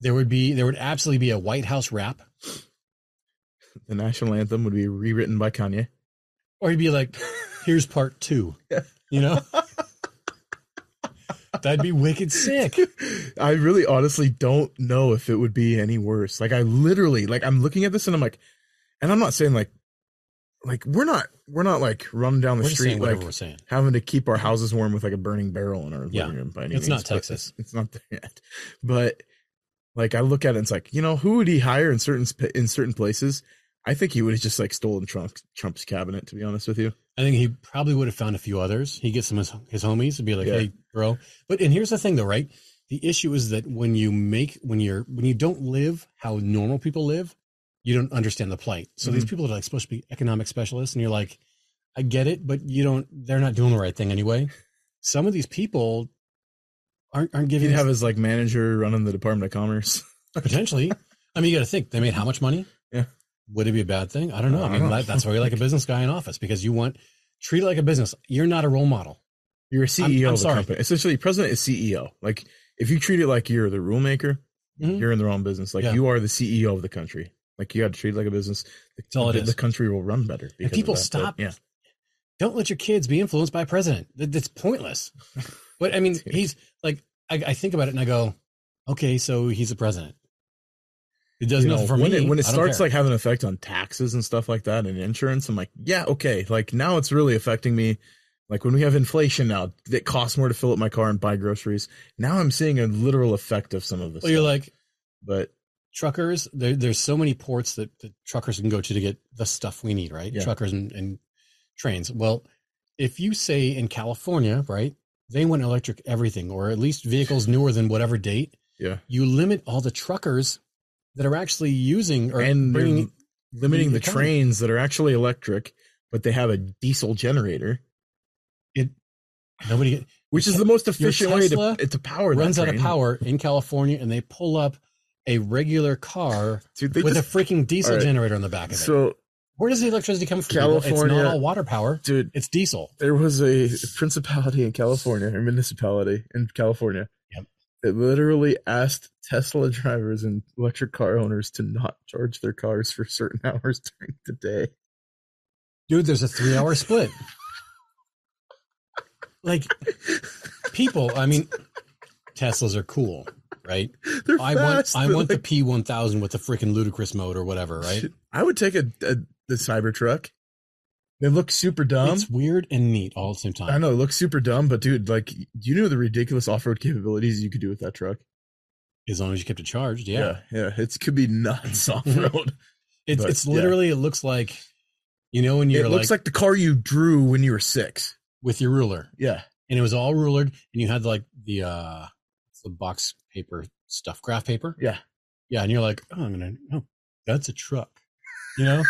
Speaker 2: there would be, there would absolutely be a White House rap,
Speaker 1: touch it. the national anthem would be rewritten by Kanye.
Speaker 2: or he'd be like, here's part two. You know? That'd be wicked sick.
Speaker 1: I really honestly don't know if it would be any worse. Like I literally like I'm looking at this and I'm like and I'm not saying like like we're not we're not like running down the
Speaker 2: We're just
Speaker 1: street
Speaker 2: saying whatever
Speaker 1: like
Speaker 2: we're saying.
Speaker 1: having to keep our houses warm with like a burning barrel in our
Speaker 2: Yeah.
Speaker 1: living room by any
Speaker 2: It's not
Speaker 1: means, but
Speaker 2: Texas.
Speaker 1: It's, it's not there yet. But like I look at it, and it's like you know who would he hire in certain sp- in certain places? I think he would have just like stolen Trump Trump's cabinet. To be honest with you,
Speaker 2: I think he probably would have found a few others. He gets some of his, his homies and be like,
Speaker 1: Yeah.
Speaker 2: "Hey, bro." But and here's the thing, though, right? The issue is that when you make when you're when you don't live how
Speaker 1: Mm-hmm.
Speaker 2: normal people live, you don't understand the plight. So these people are like supposed to be economic specialists, and you're like, I get it, but you don't. They're not doing the right thing anyway. Some of these people aren't aren't
Speaker 1: He'd
Speaker 2: giving
Speaker 1: have
Speaker 2: us
Speaker 1: his like manager running the Department of Commerce.
Speaker 2: potentially. I mean, you got to think they made how much money?
Speaker 1: Yeah.
Speaker 2: Would it be a bad thing? I don't know.
Speaker 1: I
Speaker 2: I
Speaker 1: don't
Speaker 2: mean,
Speaker 1: know.
Speaker 2: that, that's why we like a business guy in office because you want treat it like a business. You're not a role model.
Speaker 1: You're a CEO
Speaker 2: I'm
Speaker 1: of the
Speaker 2: sorry.
Speaker 1: company. Essentially, president is CEO. Like if you treat it like you're the rule maker,
Speaker 2: Mhm.
Speaker 1: you're in the wrong business. Like
Speaker 2: Yeah.
Speaker 1: you are the CEO of the country. Like you got to treat it like a business. The,
Speaker 2: all it
Speaker 1: the,
Speaker 2: is.
Speaker 1: the country will run better. because of
Speaker 2: people
Speaker 1: that. But,
Speaker 2: stop-
Speaker 1: yeah,
Speaker 2: Don't let your kids be influenced by a president. That- That's pointless. But I mean,
Speaker 1: Dude.
Speaker 2: he's like, I, I think about it and I go, okay, so he's the president. It does
Speaker 1: You
Speaker 2: nothing
Speaker 1: know,
Speaker 2: for
Speaker 1: when
Speaker 2: me.
Speaker 1: it when it
Speaker 2: I don't
Speaker 1: starts
Speaker 2: care.
Speaker 1: like having an effect on taxes and stuff like that and insurance, I'm like, yeah, okay. Like now it's really affecting me. Like when we have inflation now, it costs more to fill up my car and buy groceries. Now I'm seeing a literal effect of some of this.
Speaker 2: Well, you're
Speaker 1: stuff.
Speaker 2: like,
Speaker 1: but
Speaker 2: truckers there, there's so many ports that the truckers can go to to get the stuff we need right
Speaker 1: Yeah.
Speaker 2: truckers and, and trains well if you say in california right they want electric everything or at least vehicles newer than whatever date
Speaker 1: yeah,
Speaker 2: you limit all the truckers that are actually using or
Speaker 1: and they're
Speaker 2: bringing
Speaker 1: limiting
Speaker 2: the
Speaker 1: the
Speaker 2: economy.
Speaker 1: trains that are actually electric, but they have a diesel generator,
Speaker 2: nobody
Speaker 1: which is the most efficient way
Speaker 2: Tesla
Speaker 1: to to power.
Speaker 2: runs
Speaker 1: that
Speaker 2: out of
Speaker 1: train.
Speaker 2: power in california and they pull up a regular car
Speaker 1: Dude, they
Speaker 2: with
Speaker 1: just-
Speaker 2: a freaking diesel
Speaker 1: all right.
Speaker 2: generator on the back of it
Speaker 1: so
Speaker 2: where does the electricity come from people? it's
Speaker 1: California-
Speaker 2: not all water power
Speaker 1: dude,
Speaker 2: it's diesel
Speaker 1: there was a principality in California, a municipality in California,
Speaker 2: Yep.
Speaker 1: that literally asked Tesla drivers and electric car owners to not charge their cars for certain hours during the day.
Speaker 2: Dude, there's a three hour split. like people, I mean, Teslas are cool, right?
Speaker 1: They're
Speaker 2: I want
Speaker 1: fast.
Speaker 2: I
Speaker 1: but,
Speaker 2: want the
Speaker 1: like,
Speaker 2: P one thousand with the freaking ludicrous mode or whatever, right?
Speaker 1: shit, I would take a, a the Cybertruck. They look super dumb.
Speaker 2: it's weird and neat all at the same time.
Speaker 1: I know it looks super dumb, but dude, like, do you know the ridiculous off-road capabilities you could do with that truck?
Speaker 2: As long as you kept it charged, yeah.
Speaker 1: yeah, yeah. It could be nuts off-road.
Speaker 2: It's
Speaker 1: but,
Speaker 2: it's
Speaker 1: yeah.
Speaker 2: literally it looks like you know when
Speaker 1: it
Speaker 2: you're like,
Speaker 1: looks like the car you drew when you were six.
Speaker 2: with your ruler
Speaker 1: Yeah,
Speaker 2: and it was all rulered and you had like the uh the box paper stuff, graph paper.
Speaker 1: yeah.
Speaker 2: Yeah, and you're like, oh, I'm gonna, oh, that's a truck, you know.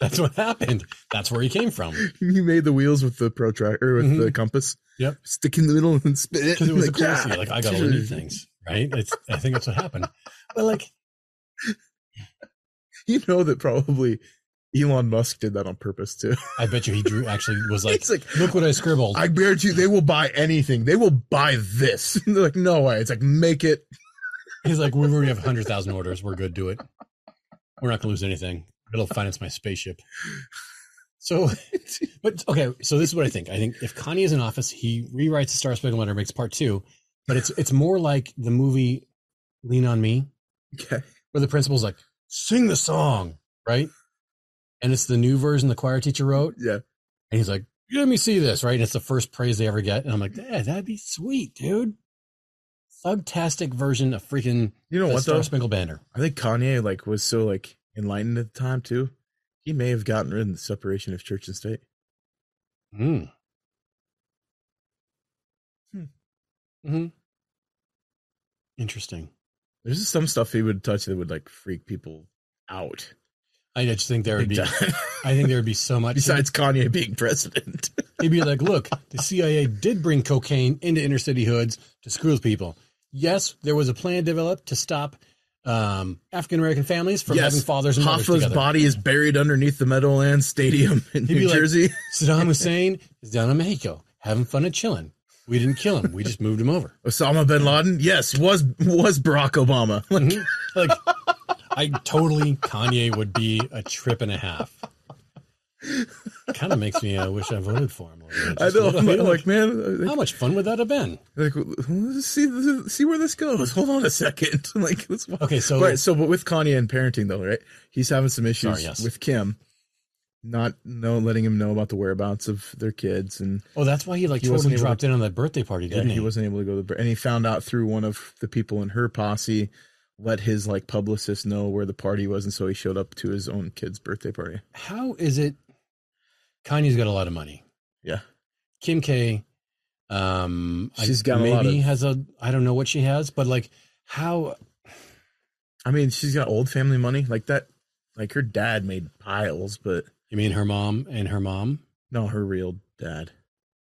Speaker 2: that's what happened. That's where he came from
Speaker 1: You made the wheels with the protractor with the compass.
Speaker 2: Mm-hmm. Yep.
Speaker 1: Stick in the middle and spin it.
Speaker 2: because it was
Speaker 1: Like,
Speaker 2: a cool
Speaker 1: yeah.
Speaker 2: Like I got to learn things, right? It's, I think that's what happened. But like,
Speaker 1: You know that probably Elon Musk did that on purpose too.
Speaker 2: I bet you he drew actually was like,
Speaker 1: it's like
Speaker 2: look what I scribbled.
Speaker 1: I guarantee you they will buy anything. They will buy this. And they're like, no way. It's like make it.
Speaker 2: He's like, we already have hundred thousand orders. We're good. Do it. We're not gonna lose anything. It'll finance my spaceship. So, but okay. So this is what I think. I think if Kanye is in office, he rewrites the Star Spangled Letter, makes part two. But it's it's more like the movie Lean on Me,
Speaker 1: Okay.
Speaker 2: where the principal's like, sing the song, right? And it's the new version the choir teacher wrote.
Speaker 1: Yeah.
Speaker 2: And he's like, let me see this, right? And it's the first praise they ever get. And I'm like, yeah, that'd be sweet, dude. Thugtastic version of freaking
Speaker 1: You know
Speaker 2: the
Speaker 1: what though?
Speaker 2: Star Spangled Banner.
Speaker 1: I think Kanye like was so like enlightened at the time too. He may have gotten rid of the separation of church and state.
Speaker 2: Mm.
Speaker 1: Hmm.
Speaker 2: hmm Interesting.
Speaker 1: There's just some stuff he would touch that would like freak people out.
Speaker 2: I just think there would
Speaker 1: Big
Speaker 2: be.
Speaker 1: time.
Speaker 2: I think there would be so much.
Speaker 1: Besides Kanye being president.
Speaker 2: He'd be like, look, the CIA did bring cocaine into inner city hoods to screw with people. Yes, there was a plan developed to stop um, African American families from
Speaker 1: Yes,
Speaker 2: having fathers and mothers
Speaker 1: Hoffa's
Speaker 2: together.
Speaker 1: body is buried underneath the Meadowlands Stadium in
Speaker 2: He'd be
Speaker 1: New
Speaker 2: like-
Speaker 1: Jersey.
Speaker 2: Saddam Hussein is down in Mexico having fun and chilling. We didn't kill him. We just moved him over.
Speaker 1: Osama bin Laden, yes, was was Barack Obama. Like,
Speaker 2: Mhm. Like, I totally, Kanye would be a trip and a half. Kind of makes me uh, wish I voted for him. a little bit.
Speaker 1: I
Speaker 2: Just a
Speaker 1: know,
Speaker 2: little
Speaker 1: I'm
Speaker 2: bit.
Speaker 1: like, man,
Speaker 2: how
Speaker 1: like,
Speaker 2: much fun would that have been?
Speaker 1: like, let's see let's see where this goes. Hold on a second. Like, let's
Speaker 2: Okay, so
Speaker 1: right. So, but with Kanye and parenting though, right? He's having some issues
Speaker 2: Sorry, yes.
Speaker 1: with Kim, not no letting him know about the whereabouts of their kids, and
Speaker 2: oh, that's why he like
Speaker 1: He wasn't
Speaker 2: totally
Speaker 1: able to-
Speaker 2: dropped in on that birthday party,
Speaker 1: Yeah,
Speaker 2: didn't
Speaker 1: he wasn't able to go to the bur- and he found out through one of the people in her posse let his like publicist know where the party was and so he showed up to his own kid's birthday party.
Speaker 2: how is it Kanye's got a lot of money.
Speaker 1: Yeah.
Speaker 2: Kim K um
Speaker 1: She's
Speaker 2: I,
Speaker 1: got a
Speaker 2: maybe
Speaker 1: lot of-
Speaker 2: has a I don't know what she has, but like how
Speaker 1: I mean, she's got old family money like that like her dad made piles, but
Speaker 2: You mean her mom and her mom?
Speaker 1: No, her real dad.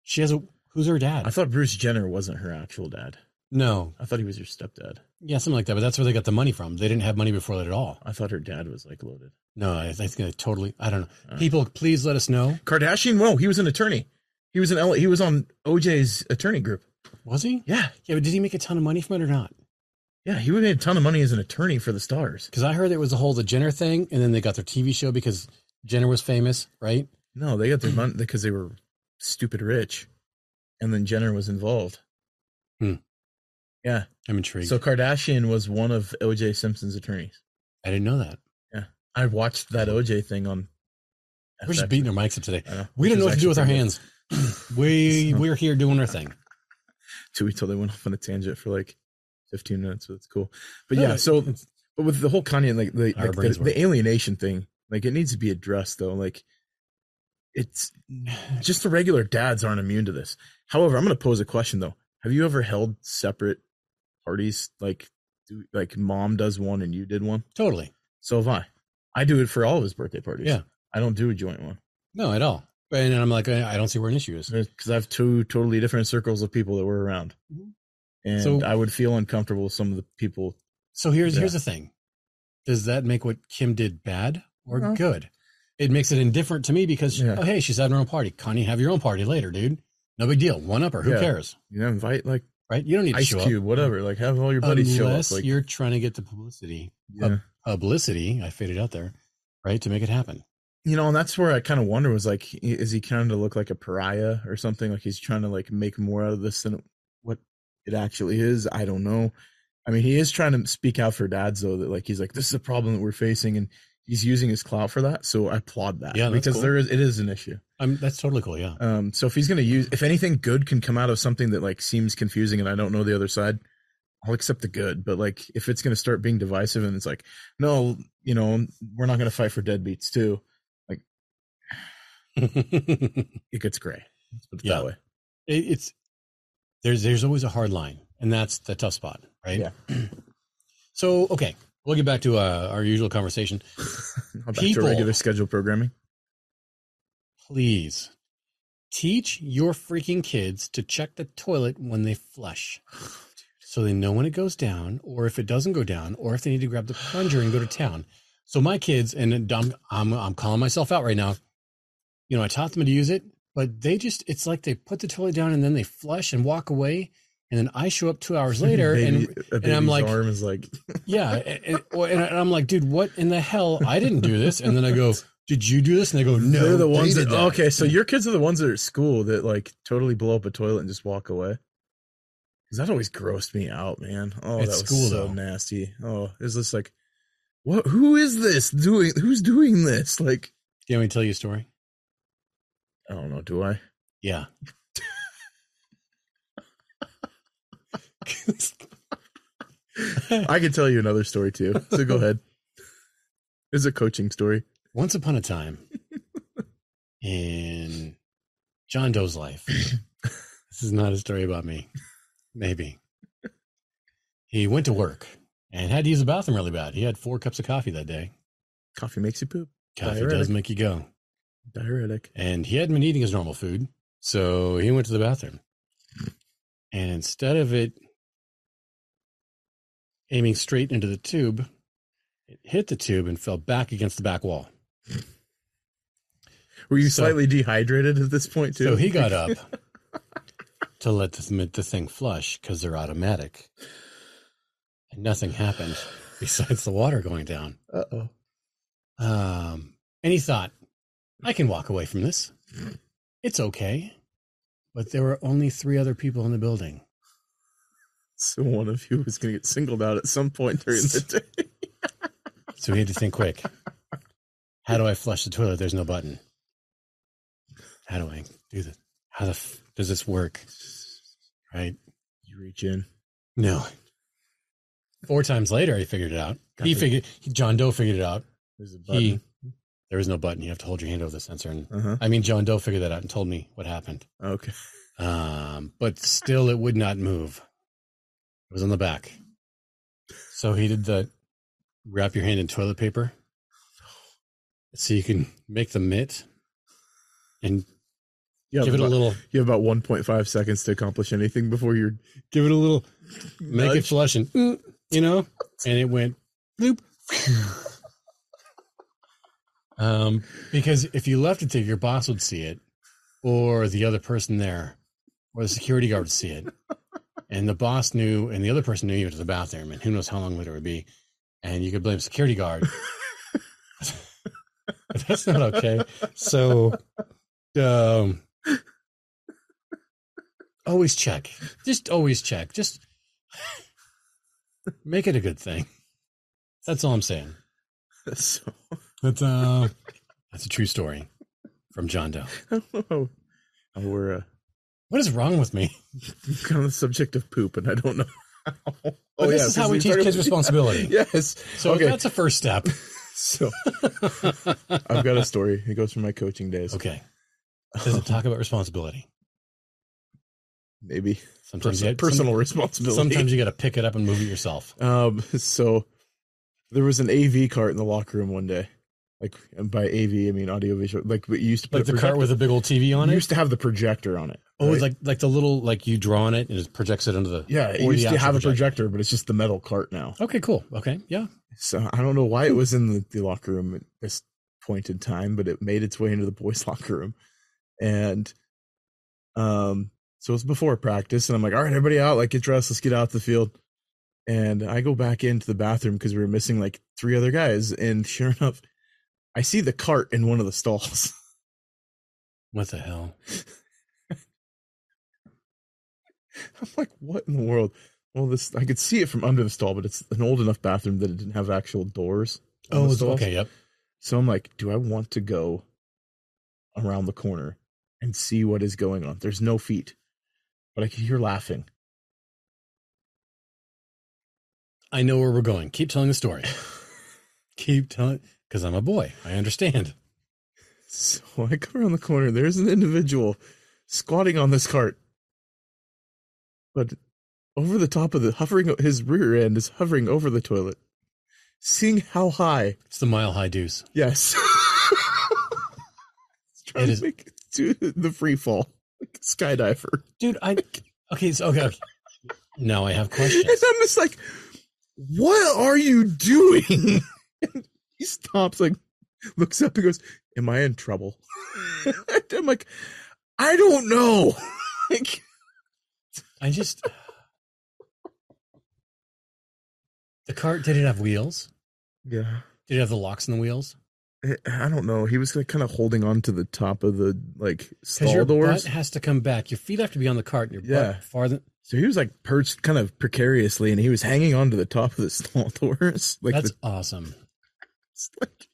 Speaker 2: She has a who's her dad?
Speaker 1: I thought Bruce Jenner wasn't her actual dad.
Speaker 2: no,
Speaker 1: I thought he was her stepdad.
Speaker 2: yeah, something like that. But that's where they got the money from. They didn't have money before that at all.
Speaker 1: I thought her dad was like loaded.
Speaker 2: No, I, I think I totally. I don't know.
Speaker 1: Uh,
Speaker 2: People, please let us know.
Speaker 1: Kardashian? Whoa, he was an attorney. He was an L- he was on OJ's attorney group.
Speaker 2: Was he?
Speaker 1: Yeah,
Speaker 2: Yeah, but did he make a ton of money from it or not?
Speaker 1: yeah, he would make a ton of money as an attorney for the stars.
Speaker 2: Because I heard it was the whole the Jenner thing, and then they got their TV show because Jenner was famous, right?
Speaker 1: No, they got their money because they were stupid rich, and then Jenner was involved.
Speaker 2: I'm intrigued.
Speaker 1: So Kardashian was one of OJ Simpson's attorneys.
Speaker 2: I didn't know that.
Speaker 1: I watched that OJ thing on.
Speaker 2: We're just
Speaker 1: FX.
Speaker 2: beating our mics up today.
Speaker 1: I know,
Speaker 2: We
Speaker 1: which
Speaker 2: don't know
Speaker 1: was
Speaker 2: what to do with our
Speaker 1: actually pretty
Speaker 2: hands. We
Speaker 1: So-
Speaker 2: we're here doing our thing.
Speaker 1: good. Too, until they went off on a tangent for like fifteen minutes, so it's cool. But
Speaker 2: No,
Speaker 1: yeah, so
Speaker 2: it's-
Speaker 1: but with the whole Kanye like the
Speaker 2: Our
Speaker 1: like, the,
Speaker 2: brains work.
Speaker 1: the alienation thing, like it needs to be addressed though. Like it's just the regular dads aren't immune to this. However, I'm going to pose a question though. Have you ever held separate parties? Like, do, like mom does one and you did one.
Speaker 2: totally
Speaker 1: So have I. I do it for all of his birthday parties.
Speaker 2: Yeah.
Speaker 1: I don't do a joint one
Speaker 2: no at all. And I'm like, I I don't see where an issue is.
Speaker 1: because uh, I have two totally different circles of people that were around,
Speaker 2: Mhm.
Speaker 1: and
Speaker 2: So-
Speaker 1: I would feel uncomfortable with some of the people.
Speaker 2: So here's
Speaker 1: Yeah.
Speaker 2: here's the thing. Does that make what Kim did bad or
Speaker 1: No.
Speaker 2: good? It makes it indifferent to me because
Speaker 1: Yeah.
Speaker 2: oh hey, she's having her own party. Connie, have your own party later, dude. No big deal. One upper. Who
Speaker 1: Yeah.
Speaker 2: cares?
Speaker 1: You know, invite like
Speaker 2: Right? You don't need to
Speaker 1: Ice
Speaker 2: show
Speaker 1: Cube,
Speaker 2: up.
Speaker 1: whatever. Like have all your buddies
Speaker 2: Unless
Speaker 1: show up. Like
Speaker 2: you're trying to get the publicity,
Speaker 1: yeah.
Speaker 2: publicity. I faded out there, right? To make it happen.
Speaker 1: you know, and that's where I kind of wonder was like, i- is he kind of look like a pariah or something? Like he's trying to like make more out of this than what it actually is. I don't know. I mean, he is trying to speak out for dads though. That like he's like, this is a problem that we're facing, and he's using his clout for that. So I applaud that.
Speaker 2: Yeah, that's
Speaker 1: because
Speaker 2: cool.
Speaker 1: there is it is an issue.
Speaker 2: I'm, that's totally cool. Yeah.
Speaker 1: Um, so if he's gonna use, if anything good can come out of something that like seems confusing and I don't know the other side, I'll accept the good. But like if it's gonna start being divisive and it's like, no, you know, we're not gonna fight for deadbeats too.
Speaker 2: it,
Speaker 1: It gets gray. Let's put it
Speaker 2: Yeah.
Speaker 1: that way.
Speaker 2: it's there's there's always a hard line, and that's the tough spot, right? So okay, we'll get back to uh, our usual conversation.
Speaker 1: I'll back to
Speaker 2: People-
Speaker 1: regular scheduled programming.
Speaker 2: Please teach your freaking kids to check the toilet when they flush, so they know when it goes down, or if it doesn't go down, or if they need to grab the plunger and go to town. So my kids, and I'm I'm, I'm calling myself out right now. You know, I taught them to use it, but they just—it's like they put the toilet down and then they flush and walk away, and then I show up two hours later and
Speaker 1: Baby- a baby's
Speaker 2: I'm like-
Speaker 1: arm is like,
Speaker 2: yeah, and, and, or- and I'm like, dude, what in the hell? I didn't do this. And then I go, did you do this? And they go, Oh, no,
Speaker 1: they're the
Speaker 2: they
Speaker 1: ones
Speaker 2: did
Speaker 1: that,
Speaker 2: that."
Speaker 1: okay. So your kids are the ones that are at school that like totally blow up a toilet and just walk away. Cause that always grossed me out, man. Oh,
Speaker 2: At
Speaker 1: that was
Speaker 2: school,
Speaker 1: so
Speaker 2: though.
Speaker 1: nasty. Oh, it's just like, what? Who is this doing? Who's doing this? Like,
Speaker 2: Do you want me to tell you a story?
Speaker 1: I don't know. Do I?
Speaker 2: Yeah.
Speaker 1: I can tell you another story too. So go ahead. It's a coaching story.
Speaker 2: Once upon a time in John Doe's life, this is not a story about me. Maybe. He went to work and had to use the bathroom really bad. He had four cups of coffee that day.
Speaker 1: Coffee makes you poop.
Speaker 2: Coffee
Speaker 1: Diuretic.
Speaker 2: does make you go.
Speaker 1: Diuretic.
Speaker 2: and he hadn't been eating his normal food, so he went to the bathroom. And instead of it aiming straight into the tube, it hit the tube and fell back against the back wall.
Speaker 1: Were you
Speaker 2: So-
Speaker 1: slightly dehydrated at this point too?
Speaker 2: So he got up to let the, the thing flush because they're automatic. And nothing happened besides the water going down.
Speaker 1: Uh oh.
Speaker 2: Um, and he thought, I can walk away from this. It's okay. But there were only three other people in the building.
Speaker 1: So one of you was going to get singled out at some point during the day.
Speaker 2: So he had to think quick. How do I flush the toilet? There's no button. How do I do this? How the f- does this work? Right?
Speaker 1: You reach in.
Speaker 2: No. Four times later, he figured it out. He
Speaker 1: Gotcha.
Speaker 2: figured John Doe figured it out.
Speaker 1: There's a
Speaker 2: He
Speaker 1: button.
Speaker 2: there was no button. You have to hold your hand over the sensor. And
Speaker 1: Uh huh.
Speaker 2: I mean, John Doe figured that out and told me what happened.
Speaker 1: Okay.
Speaker 2: Um, but still, it would not move. It was on the back. So he did the wrap your hand in toilet paper so you can make the mitt and
Speaker 1: Yeah,
Speaker 2: give it a little,
Speaker 1: you have about 1.5 seconds to accomplish anything before you're
Speaker 2: give it a little, make it
Speaker 1: nudged.
Speaker 2: flush and mm, you know, and it went bloop. um, because if you left it there, your boss would see it, or the other person there, or the security guard would see it, and the boss knew, and the other person knew you went to the bathroom, and who knows how long later it would be, and you could blame security guard. But That's not okay. So, um, always check. Just always check. Just make it a good thing. That's all I'm saying.
Speaker 1: so
Speaker 2: That's uh, that's a true story from John Doe.
Speaker 1: I don't know. how oh, we're uh,
Speaker 2: What is wrong with me?
Speaker 1: on the subject of poop, and I don't know. How. Oh
Speaker 2: But this is how we
Speaker 1: 'cause
Speaker 2: teach
Speaker 1: talk
Speaker 2: kids
Speaker 1: about-
Speaker 2: responsibility.
Speaker 1: Yes.
Speaker 2: So
Speaker 1: Okay.
Speaker 2: that's a first step.
Speaker 1: So I've got a story. It goes from my coaching days.
Speaker 2: okay. Does it talk about responsibility?
Speaker 1: Maybe
Speaker 2: Sometimes
Speaker 1: Person,
Speaker 2: you,
Speaker 1: personal responsibility.
Speaker 2: Sometimes you got to pick it up and move it yourself.
Speaker 1: Um, so there was an AV cart in the locker room one day. Like, and by AV, I mean audiovisual. Like, we used to put
Speaker 2: Like
Speaker 1: a
Speaker 2: the cart
Speaker 1: projector-
Speaker 2: with a big old TV on
Speaker 1: you
Speaker 2: it.
Speaker 1: used to have the projector on it.
Speaker 2: Oh,
Speaker 1: right?
Speaker 2: like like the little like you draw on it and it projects it under the.
Speaker 1: yeah, it
Speaker 2: or the
Speaker 1: used to
Speaker 2: actual
Speaker 1: have a projector, but it's just the metal cart now.
Speaker 2: Okay, cool. Okay, yeah.
Speaker 1: So I don't know why it was in the, the locker room at this point in time, but it made its way into the boys' locker room. And um so it was before practice, and I'm like, all right, everybody out, like get dressed, let's get out to the field. And I go back into the bathroom because we were missing like three other guys. And sure enough, I see the cart in one of the stalls.
Speaker 2: What the hell?
Speaker 1: I'm like, what in the world? Well, this I could see it from under the stall, but it's an old enough bathroom that it didn't have actual doors. on the
Speaker 2: Oh, it's,
Speaker 1: stalls.
Speaker 2: okay. Yep.
Speaker 1: So I'm like, do I want to go around the corner and see what is going on? There's no feet, but I can hear laughing.
Speaker 2: I know where we're going. Keep telling the story. Keep telling, because I'm a boy. I understand.
Speaker 1: So I come around the corner. There's an individual squatting on this cart, but over the top of the hovering, his rear end is hovering over the toilet. Seeing how high,
Speaker 2: It's the mile high deuce.
Speaker 1: yes, It's trying
Speaker 2: It
Speaker 1: to
Speaker 2: is-
Speaker 1: make it do the free fall, like a skydiver.
Speaker 2: Dude, I. Okay, so, okay. okay. Now I have
Speaker 1: And
Speaker 2: questions.
Speaker 1: I'm just like, what are you doing? and he stops, like, looks up and goes, Am I in trouble? I'm like, I don't know. like,
Speaker 2: I just. The cart, did it have wheels?
Speaker 1: yeah.
Speaker 2: Did it have the locks on the wheels?
Speaker 1: I don't know. He was like kind of holding on to the top of the like
Speaker 2: Because your
Speaker 1: stall
Speaker 2: butt
Speaker 1: doors.
Speaker 2: has to come back. Your feet have to be on the cart and your
Speaker 1: Yeah.
Speaker 2: butt farther.
Speaker 1: So he was like perched kind of precariously and he was hanging on to the top of the stall doors. Like,
Speaker 2: That's
Speaker 1: the,
Speaker 2: awesome.
Speaker 1: it's like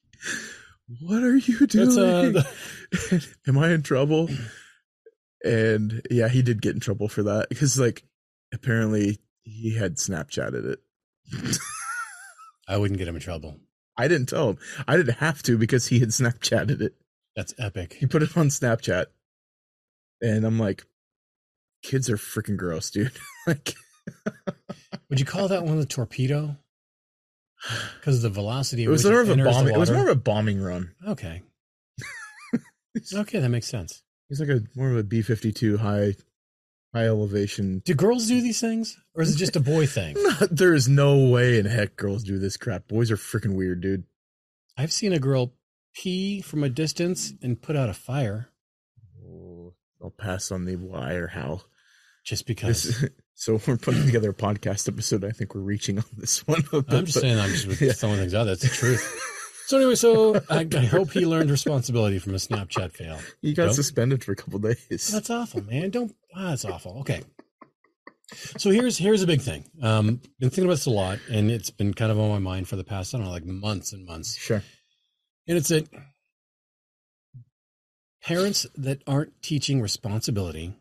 Speaker 1: what are you doing?
Speaker 2: That's, uh,
Speaker 1: am I in trouble? And yeah, he did get in trouble for that because, like, apparently he had Snapchatted it.
Speaker 2: I wouldn't get him in trouble.
Speaker 1: I didn't tell him. I didn't have to because he had Snapchatted it.
Speaker 2: That's epic.
Speaker 1: He put it on Snapchat, and I'm like, kids are freaking gross, dude. like,
Speaker 2: Would you call that one a torpedo? Because the velocity.
Speaker 1: it
Speaker 2: at
Speaker 1: was
Speaker 2: which
Speaker 1: more of a
Speaker 2: enters the
Speaker 1: bombing. It was
Speaker 2: water-
Speaker 1: more of a bombing run.
Speaker 2: Okay. okay, that makes sense.
Speaker 1: He's like a more of a B52 high, high elevation.
Speaker 2: Do girls do these things, or is it just a boy thing?
Speaker 1: there is no way in heck girls do this crap. Boys are freaking weird, dude.
Speaker 2: I've seen a girl pee from a distance and put out a fire
Speaker 1: Oh, I'll pass on the why or how. This,
Speaker 2: just because.
Speaker 1: so we're putting together a podcast episode. I think we're reaching on this one.
Speaker 2: I'm just saying, I'm just
Speaker 1: Yeah.
Speaker 2: throwing things out. That's the truth. So anyway, so I, I hope he learned responsibility from a Snapchat fail.
Speaker 1: He got
Speaker 2: Nope.
Speaker 1: suspended for a couple days.
Speaker 2: That's awful, man. Don't. Ah, that's awful. Okay. So here's here's a big thing. Um, been thinking about this a lot, and it's been kind of on my mind for the past I don't know, like months and months.
Speaker 1: Sure.
Speaker 2: And it's that parents that aren't teaching responsibility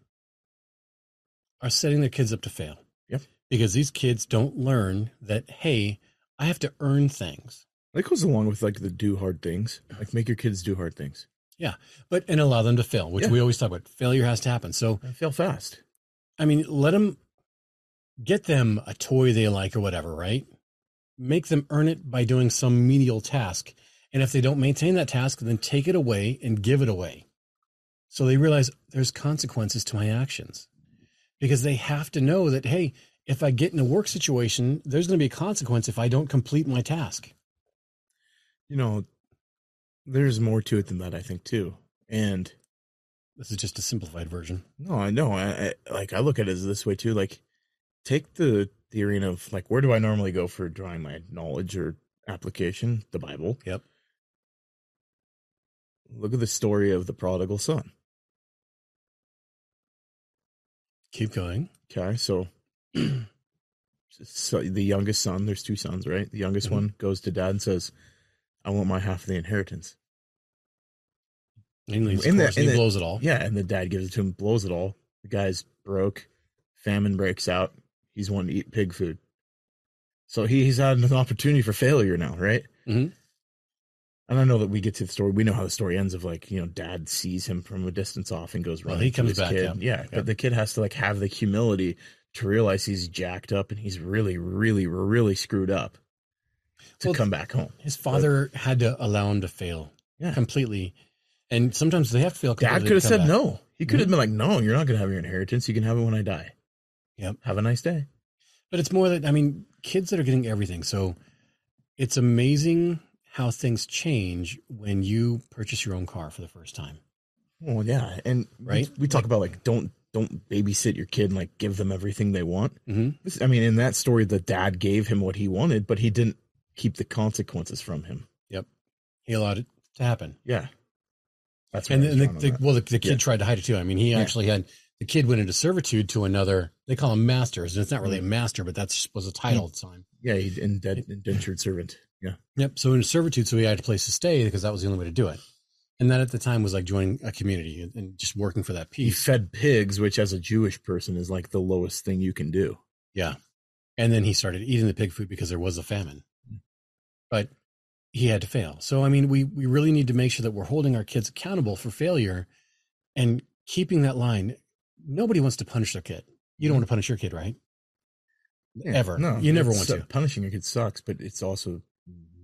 Speaker 2: are setting their kids up to fail.
Speaker 1: Yep.
Speaker 2: Because these kids don't learn that, hey, I have to earn things,
Speaker 1: That goes along with like the do hard things. Like make your kids do hard things.
Speaker 2: but and allow them to fail, which
Speaker 1: Yeah.
Speaker 2: we always talk about. Failure has to happen. So,
Speaker 1: I fail fast.
Speaker 2: I mean, let them get them a toy they like or whatever, right? Make them earn it by doing some menial task And if they don't maintain that task, then take it away and give it away. So they realize there's consequences to my actions because they have to know that, hey, if I get in a work situation, there's going to be a consequence if I don't complete my task.
Speaker 1: You know, there's more to it than that, I think, too. And
Speaker 2: This is just a simplified version.
Speaker 1: no, I know. I, I like I look at it as this way too. Like, take the the arena of like where do I normally go for drawing my knowledge or application? The Bible.
Speaker 2: Yep.
Speaker 1: Look at the story of the prodigal son.
Speaker 2: Keep going.
Speaker 1: Okay, so so the youngest son, there's two sons, right? The youngest
Speaker 2: Mhm.
Speaker 1: one goes to dad and says, "I want my half of the inheritance."
Speaker 2: And he leaves,
Speaker 1: In
Speaker 2: in
Speaker 1: the-
Speaker 2: course,
Speaker 1: in
Speaker 2: and
Speaker 1: the-
Speaker 2: he blows it all.
Speaker 1: Yeah, and the dad gives it to him, blows it all. The guy's broke. Famine breaks out. He's wanting to eat pig food. So he, he's had an opportunity for failure now, right?
Speaker 2: Mhm.
Speaker 1: And I know that we get to the story. We know how the story ends of like, you know, dad sees him from a distance off and goes
Speaker 2: Well,
Speaker 1: running.
Speaker 2: he
Speaker 1: to
Speaker 2: comes
Speaker 1: his
Speaker 2: back,
Speaker 1: kid.
Speaker 2: yeah. Yeah.
Speaker 1: But the kid has to like have the humility to realize he's jacked up and he's really, really, really screwed up to
Speaker 2: Well,
Speaker 1: come back home.
Speaker 2: His father had to allow him to fail
Speaker 1: Yeah.
Speaker 2: completely. And sometimes they have to fail completely.
Speaker 1: Dad
Speaker 2: to
Speaker 1: could have
Speaker 2: come
Speaker 1: said
Speaker 2: back.
Speaker 1: no. He could have been like, no, you're not going to have your inheritance. You can have it when I die.
Speaker 2: Yep.
Speaker 1: Have a nice day.
Speaker 2: But it's more that I mean, kids that are getting everything. So it's amazing how things change when you purchase your own car for the first time.
Speaker 1: Well, yeah, and we-
Speaker 2: Right?
Speaker 1: we, talk about like don't don't babysit your kid and like give them everything they want.
Speaker 2: Mhm.
Speaker 1: This, I mean, in that story, the dad gave him what he wanted, but he didn't keep the consequences from him.
Speaker 2: He allowed it to happen.
Speaker 1: Yeah, that's
Speaker 2: and
Speaker 1: where I was
Speaker 2: then the,
Speaker 1: going on
Speaker 2: the
Speaker 1: that.
Speaker 2: well, the, the kid
Speaker 1: Yeah.
Speaker 2: tried to hide it too. I mean, he
Speaker 1: Yeah.
Speaker 2: actually had the kid went into servitude to another. They call him masters, and it's not really
Speaker 1: Mm-hmm.
Speaker 2: a master, but that's was a title at the time.
Speaker 1: yeah, he indent, indentured servant. Yeah,
Speaker 2: Yep. So in servitude, so he had a place to stay because that was the only way to do it. And that at the time was like joining a community and, and just working for that
Speaker 1: he
Speaker 2: peace.
Speaker 1: fed pigs, which as a Jewish person is like the lowest thing you can do.
Speaker 2: And then he started eating the pig food because there was a famine. But he had to fail. So I mean, we we really need to make sure that we're holding our kids accountable for failure and keeping that line. Nobody wants to punish their kid. You don't want to punish your kid, right?
Speaker 1: Yeah,
Speaker 2: Ever. You never
Speaker 1: it's,
Speaker 2: want
Speaker 1: uh,
Speaker 2: to.
Speaker 1: Punishing your kid sucks, but it's also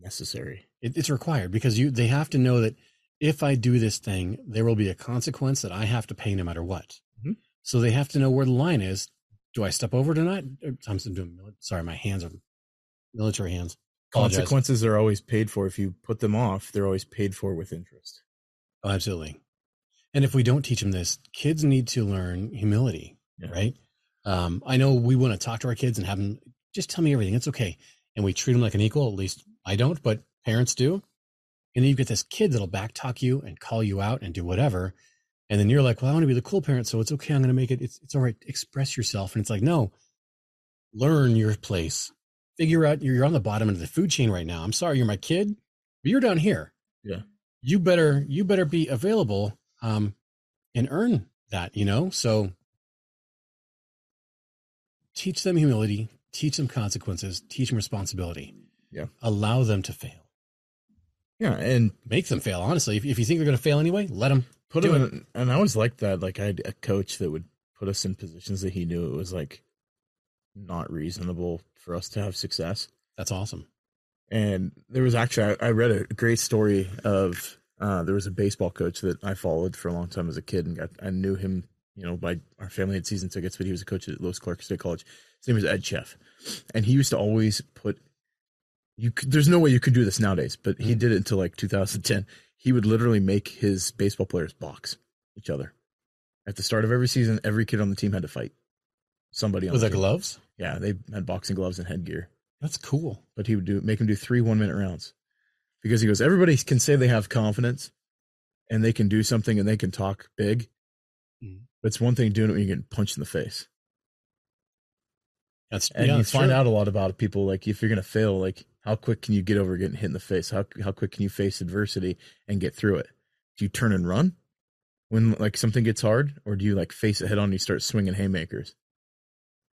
Speaker 1: necessary.
Speaker 2: It, it's required because you they have to know that if I do this thing, there will be a consequence that I have to pay no matter what.
Speaker 1: Mhm.
Speaker 2: So they have to know where the line is. Do I step over it or not? Or- I'm doing. mili- Sorry, my hands are military hands.
Speaker 1: Oh,
Speaker 2: Apologize.
Speaker 1: consequences are always paid for if you put them off they're always paid for with interest
Speaker 2: Oh, absolutely. And if we don't teach them this, kids need to learn humility,
Speaker 1: Yeah.
Speaker 2: right? Um, I know we want to talk to our kids and have them just tell me everything. It's okay. And we treat them like an equal. At least I don't, but parents do. And then you get this kid that'll backtalk you and call you out and do whatever. And then you're like, well, I want to be the cool parent. So it's okay. I'm going to make it, it's, it's all right. Express yourself. And it's like, no, learn your place. Figure out you're, you're on the bottom end of the food chain right now. I'm sorry, you're my kid, but you're down here.
Speaker 1: Yeah.
Speaker 2: You better, you better be available um, and earn that, you know? So teach them humility, teach them consequences, teach them responsibility.
Speaker 1: Yeah.
Speaker 2: Allow them to fail.
Speaker 1: yeah and
Speaker 2: Make them fail. Honestly, if, if you think they're going to fail anyway, let them.
Speaker 1: put
Speaker 2: Do
Speaker 1: them in, and i always liked that like i had a coach that would put us in positions that he knew it was like not reasonable for us to have success
Speaker 2: That's awesome.
Speaker 1: and there was actually i, I read a great story of uh, there was a baseball coach that i followed for a long time as a kid and got i knew him you know by our family had season tickets but he was a coach at lewis clark state college his name was ed chef and he used to always put you could, there's no way you could do this nowadays but he did it until like 2010 he would literally make his baseball players box each other at the start of every season every kid on the team had to fight somebody on
Speaker 2: With
Speaker 1: the
Speaker 2: their
Speaker 1: team.
Speaker 2: gloves?
Speaker 1: yeah they had boxing gloves and headgear
Speaker 2: That's cool.
Speaker 1: but he would do make him do three one minute rounds because he goes everybody can say they have confidence and they can do something and they can talk big
Speaker 2: Mhm.
Speaker 1: but it's one thing doing it when you're getting punched in the face
Speaker 2: That's
Speaker 1: and
Speaker 2: yeah,
Speaker 1: you
Speaker 2: that's
Speaker 1: find
Speaker 2: true.
Speaker 1: out a lot about people like if you're gonna fail like how quick can you get over getting hit in the face how, how quick can you face adversity and get through it do you turn and run when like something gets hard or do you like face it head on and you start swinging haymakers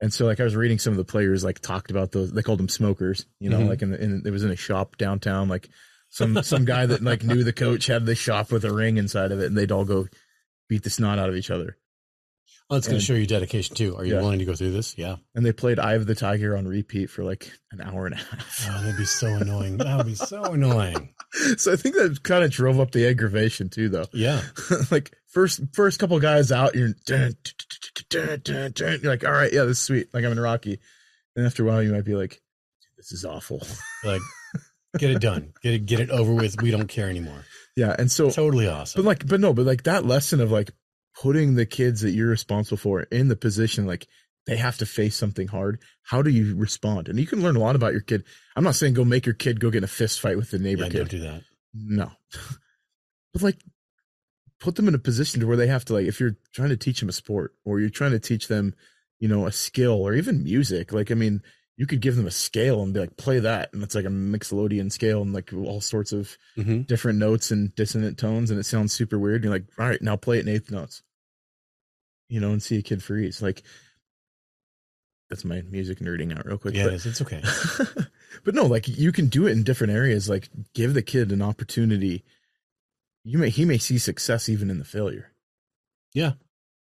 Speaker 1: and so like i was reading some of the players like talked about those they called them smokers you know
Speaker 2: Mhm.
Speaker 1: like in, the, in it was in a shop downtown like some some guy that like knew the coach had this shop with a ring inside of it and they'd all go beat the snot out of each other
Speaker 2: Well, it's going
Speaker 1: and-
Speaker 2: to show you dedication too. Are you
Speaker 1: Yeah.
Speaker 2: willing to go through this? Yeah.
Speaker 1: and they played eye of the tiger on repeat for like an hour and a half
Speaker 2: Oh, that'd be so annoying. That would be so annoying.
Speaker 1: so I think that kind of drove up the aggravation too, though.
Speaker 2: Yeah.
Speaker 1: like first first couple guys out, you're dun, dun, dun, dun, you're like, all right, yeah, this is sweet. Like I'm in Rocky, and after a while, you might be like, this is awful.
Speaker 2: Like, get it done. Get it get it over with. We don't care anymore.
Speaker 1: Yeah, and so,
Speaker 2: Totally awesome.
Speaker 1: but like, but no, but like that lesson of like putting the kids that you're responsible for in the position like they have to face something hard. How do you respond? And you can learn a lot about your kid. I'm not saying go make your kid go get in a fist fight with the neighbor
Speaker 2: yeah,
Speaker 1: kid.
Speaker 2: don't do that.
Speaker 1: No. but like put them in a position to where they have to like if you're trying to teach them a sport or you're trying to teach them, you know, a skill or even music, like I mean, you could give them a scale and be like play that and it's like a mixolydian scale and like all sorts of
Speaker 2: hmm
Speaker 1: different notes and dissonant tones and it sounds super weird and you're like, "All right, now play it in eighth notes." You know, and see a kid freeze. Like that's my music nerding out real quick.
Speaker 2: Yeah,
Speaker 1: but-
Speaker 2: it is. It's okay.
Speaker 1: but no, like you can do it in different areas. Like give the kid an opportunity. You may he may see success even in the failure.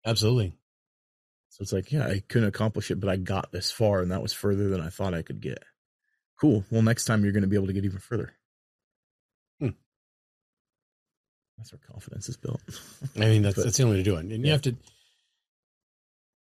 Speaker 2: Absolutely.
Speaker 1: So it's like, yeah, I couldn't accomplish it, but I got this far, and that was further than I thought I could get. Cool. Well, next time you're going to be able to get even further.
Speaker 2: Hmm.
Speaker 1: That's where confidence is built.
Speaker 2: I mean, that's
Speaker 1: But-
Speaker 2: that's the only way to do it. And you
Speaker 1: Yeah.
Speaker 2: have to,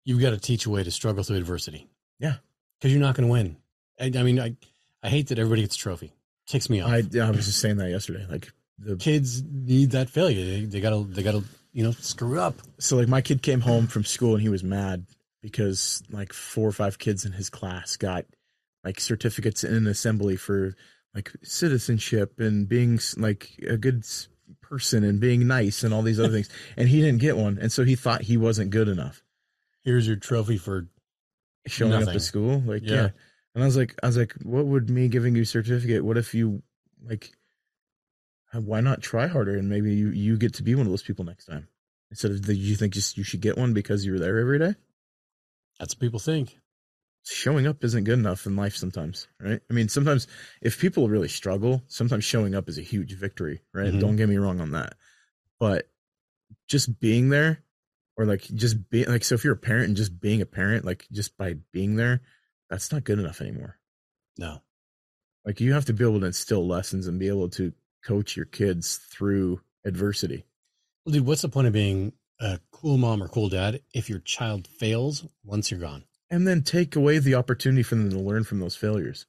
Speaker 2: you've got to teach a way to struggle through adversity.
Speaker 1: Yeah.
Speaker 2: because you're not going to win. I, I mean, I I hate that everybody gets a trophy. Ticks me off.
Speaker 1: I yeah, I was just saying that yesterday. Like the
Speaker 2: Kids need that failure. They, they gotta they gotta you know screw up.
Speaker 1: so like my kid came home from school and he was mad because like four or five kids in his class got like certificates in an assembly for like citizenship and being like a good s- person and being nice and all these other things and he didn't get one and so he thought he wasn't good enough
Speaker 2: Here's your trophy for
Speaker 1: showing up
Speaker 2: Nothing.
Speaker 1: to school like yeah.
Speaker 2: Yeah.
Speaker 1: and i was like i was like what would me giving you a certificate what if you like uh, why not try harder and maybe you you get to be one of those people next time instead of the, you think just you should get one because you were there every day
Speaker 2: that's what people think.
Speaker 1: showing up isn't good enough in life sometimes, right? I mean, sometimes if people really struggle, sometimes showing up is a huge victory, right?
Speaker 2: Mhm.
Speaker 1: Don't get me wrong on that. But just being there or like just being like so if you're a parent and just being a parent, like just by being there, that's not good enough anymore.
Speaker 2: No,
Speaker 1: Like you have to be able to instill lessons and be able to coach your kids through adversity.
Speaker 2: well, dude, what's the point of being a cool mom or cool dad if your child fails once you're gone?
Speaker 1: and then take away the opportunity for them to learn from those failures.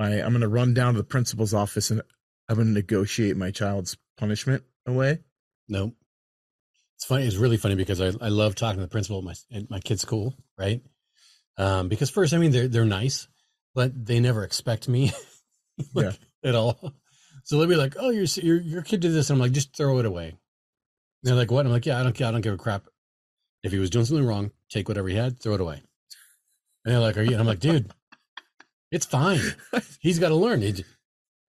Speaker 1: I, I'm going to run down to the principal's office and I'm going to negotiate my child's punishment away.
Speaker 2: No. It's funny. It's really funny because I, I love talking to the principal at my, at my kid's school, right? Um, because first, I mean, they're, they're nice, but they never expect me like, at all. So they'll be like, oh, your, your, your kid did this. And I'm like, just throw it away. And they're like, what? I'm like, yeah, I don't care. I don't give a crap. If he was doing something wrong, take whatever he had, throw it away. And they're like, are you? And I'm like, dude, it's fine. He's got to learn. He,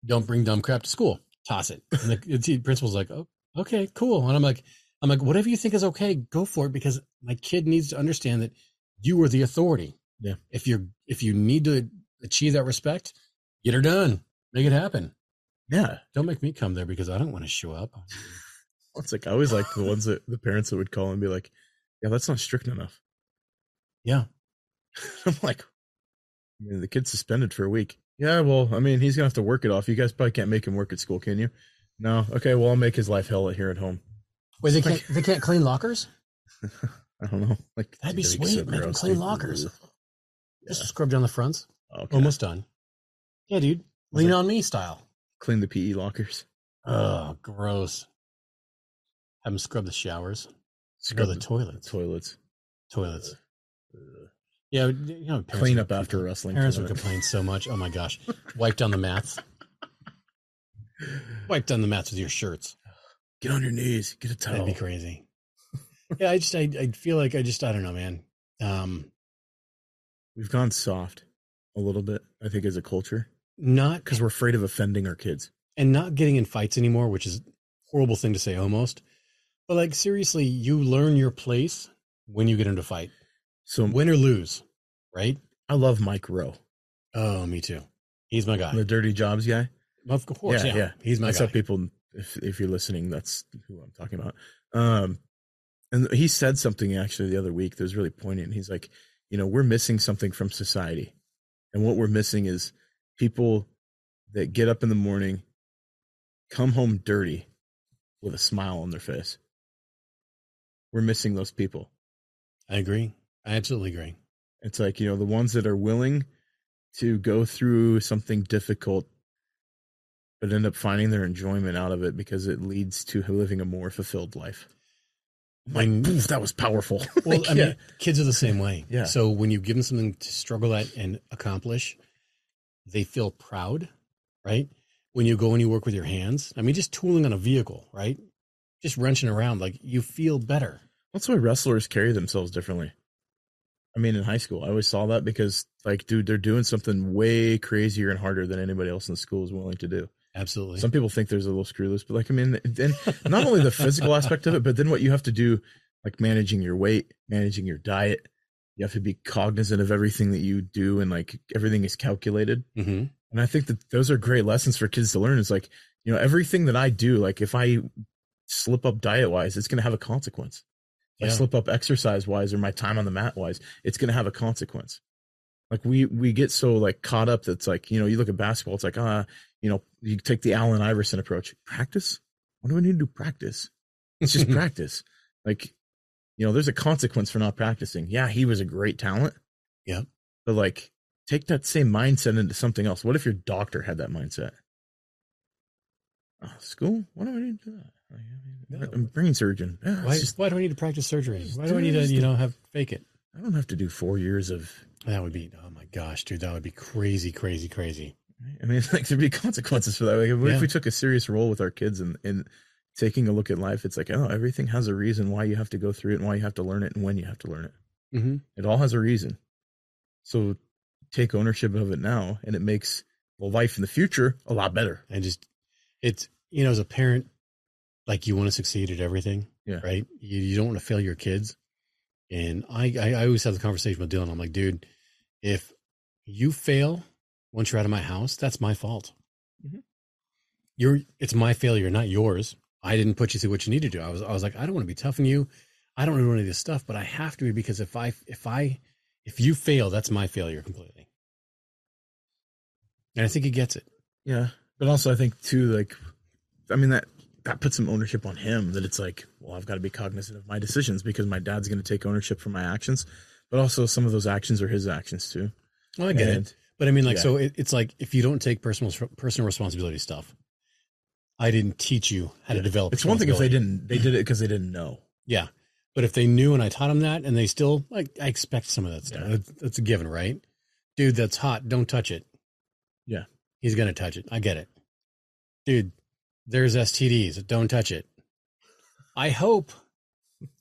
Speaker 2: don't bring dumb crap to school. Toss it. And the, the principal's like, oh, okay, cool. And I'm like, I'm like, whatever you think is okay, go for it because my kid needs to understand that you are the authority.
Speaker 1: Yeah.
Speaker 2: If you're if you need to achieve that respect, get her done. Make it happen.
Speaker 1: Yeah.
Speaker 2: Don't make me come there because I don't want to show up.
Speaker 1: It's like I always like the ones that the parents that would call and be like, yeah, that's not strict enough.
Speaker 2: Yeah.
Speaker 1: I'm like, I mean, the kid's suspended for a week. Yeah, well, I mean, he's going to have to work it off. You guys probably can't make him work at school, can you? No. Okay, well, I'll make his life hell here at home.
Speaker 2: Wait, they
Speaker 1: can't-
Speaker 2: they can't clean lockers?
Speaker 1: I don't know. Like
Speaker 2: That'd be
Speaker 1: like,
Speaker 2: sweet. Make 'em
Speaker 1: gross.
Speaker 2: clean
Speaker 1: Oh,
Speaker 2: lockers. Just
Speaker 1: Yeah.
Speaker 2: scrub down the fronts.
Speaker 1: Okay.
Speaker 2: Almost done. Yeah, dude.
Speaker 1: Was
Speaker 2: Lean
Speaker 1: it-
Speaker 2: on me style.
Speaker 1: clean the PE lockers.
Speaker 2: Oh, gross. Have them scrub the showers. Scrub the toilets.
Speaker 1: toilets.
Speaker 2: toilets. Yeah, but, you know, parents
Speaker 1: Clean up
Speaker 2: would
Speaker 1: after a
Speaker 2: compl-
Speaker 1: wrestling
Speaker 2: Parents would
Speaker 1: tournament.
Speaker 2: complain so much. Oh my gosh, wipe down the mats. Wipe down the mats with your shirts.
Speaker 1: Get on your knees. Get a
Speaker 2: That'd be
Speaker 1: towel.
Speaker 2: crazy. Yeah, I just, I, I feel like I just, I don't know, man. Um,
Speaker 1: We've gone soft a little bit, I think, as a culture
Speaker 2: not
Speaker 1: because we're afraid of offending our kids.
Speaker 2: and not getting in fights anymore, which is a horrible thing to say almost. But like seriously, you learn your place when you get into a fight,
Speaker 1: So
Speaker 2: win or lose, right?
Speaker 1: I love Mike Rowe,
Speaker 2: Oh, me too. He's my guy.
Speaker 1: the Dirty Jobs guy.
Speaker 2: Of course,
Speaker 1: Yeah,
Speaker 2: yeah.
Speaker 1: yeah.
Speaker 2: He's my
Speaker 1: That's
Speaker 2: guy.
Speaker 1: how people. If if you're listening, that's who I'm talking about. Um, and he said something actually the other week that was really poignant. He's like, you know, we're missing something from society, and what we're missing is people that get up in the morning come home dirty with a smile on their face. We're missing those people.
Speaker 2: I agree. I absolutely agree.
Speaker 1: It's like, you know, the ones that are willing to go through something difficult but end up finding their enjoyment out of it because it leads to living a more fulfilled life. Like,
Speaker 2: And-
Speaker 1: "Poof, that was powerful.
Speaker 2: Well,
Speaker 1: Like,
Speaker 2: I
Speaker 1: yeah.
Speaker 2: mean, kids are the same way.
Speaker 1: Yeah.
Speaker 2: So when you give them something to struggle at and accomplish, they feel proud, right? When you go and you work with your hands, I mean, just tooling on a vehicle, right? Just wrenching around, like you feel better.
Speaker 1: That's why wrestlers carry themselves differently. I mean, in high school, I always saw that because, like, dude, they're doing something way crazier and harder than anybody else in the school is willing to do.
Speaker 2: Absolutely.
Speaker 1: Some people think there's a little screw loose, but like, I mean, then not only the physical aspect of it, but then what you have to do, like managing your weight, managing your diet. You have to be cognizant of everything that you do, and like everything is calculated.
Speaker 2: hmm
Speaker 1: And I think that those are great lessons for kids to learn. Is like, you know, everything that I do, like if I slip up diet wise, it's going to have a consequence. If I
Speaker 2: Yeah.
Speaker 1: slip up exercise wise or my time on the mat wise, it's going to have a consequence. Like we we get so like caught up that's like you know you look at basketball, it's like ah you know you take the Allen Iverson approach. Practice. What do we need to do? Practice. It's just practice. Like you know, there's a consequence for not practicing. Yeah, he was a great talent.
Speaker 2: Yeah.
Speaker 1: but like take that same mindset into something else. What if your doctor had that mindset? Oh, school? Why do I need to do that? Like, I mean,
Speaker 2: No.
Speaker 1: I'm a brain surgeon. Yeah,
Speaker 2: Why,
Speaker 1: it's just-
Speaker 2: why do I need to practice surgery?
Speaker 1: Just
Speaker 2: Why do
Speaker 1: do
Speaker 2: I need to,
Speaker 1: this
Speaker 2: you
Speaker 1: to-
Speaker 2: know, have fake it?
Speaker 1: I don't have to do four years of.
Speaker 2: That would be, oh my gosh, dude, that would be crazy, crazy, crazy.
Speaker 1: I mean, like there'd be consequences for that. Like, what
Speaker 2: Yeah.
Speaker 1: if we took a serious role with our kids and and taking a look at life? It's like, oh, everything has a reason why you have to go through it and why you have to learn it and when you have to learn it.
Speaker 2: Mm-hmm.
Speaker 1: It all has a reason. So take ownership of it now, and it makes the life in the future a lot better.
Speaker 2: I just, it's, you know, as a parent, like you want to succeed at everything.
Speaker 1: Yeah.
Speaker 2: Right. You, you don't want to fail your kids. And I, I, I always have the conversation with Dylan. I'm like, dude, if you fail once you're out of my house, that's my fault.
Speaker 1: Mhm.
Speaker 2: You're, it's my failure, not yours. I didn't put you through what you need to do. I was, I was like, I don't want to be tough on you. I don't do any of this stuff, but I have to be because if I, if I, if you fail, that's my failure completely. And I think he gets it.
Speaker 1: Yeah, but also I think too, like, I mean that that puts some ownership on him. That it's like, well, I've got to be cognizant of my decisions because my dad's going to take ownership for my actions, but also some of those actions are his actions too.
Speaker 2: Well, Oh, I get it.
Speaker 1: And-
Speaker 2: But I mean, like,
Speaker 1: Yeah.
Speaker 2: so it, it's like if you don't take personal personal responsibility stuff, I didn't teach you how to develop.
Speaker 1: It's one thing if they
Speaker 2: responsibility.
Speaker 1: didn't, they did it because they didn't know.
Speaker 2: Yeah, but if they knew and I taught them that, and they still like, I expect some of that stuff.
Speaker 1: Yeah.
Speaker 2: That's, that's a given, right? Dude, that's hot. Don't touch it.
Speaker 1: Yeah.
Speaker 2: he's gonna touch it. I get it, dude. There's STDs. Don't touch it. I hope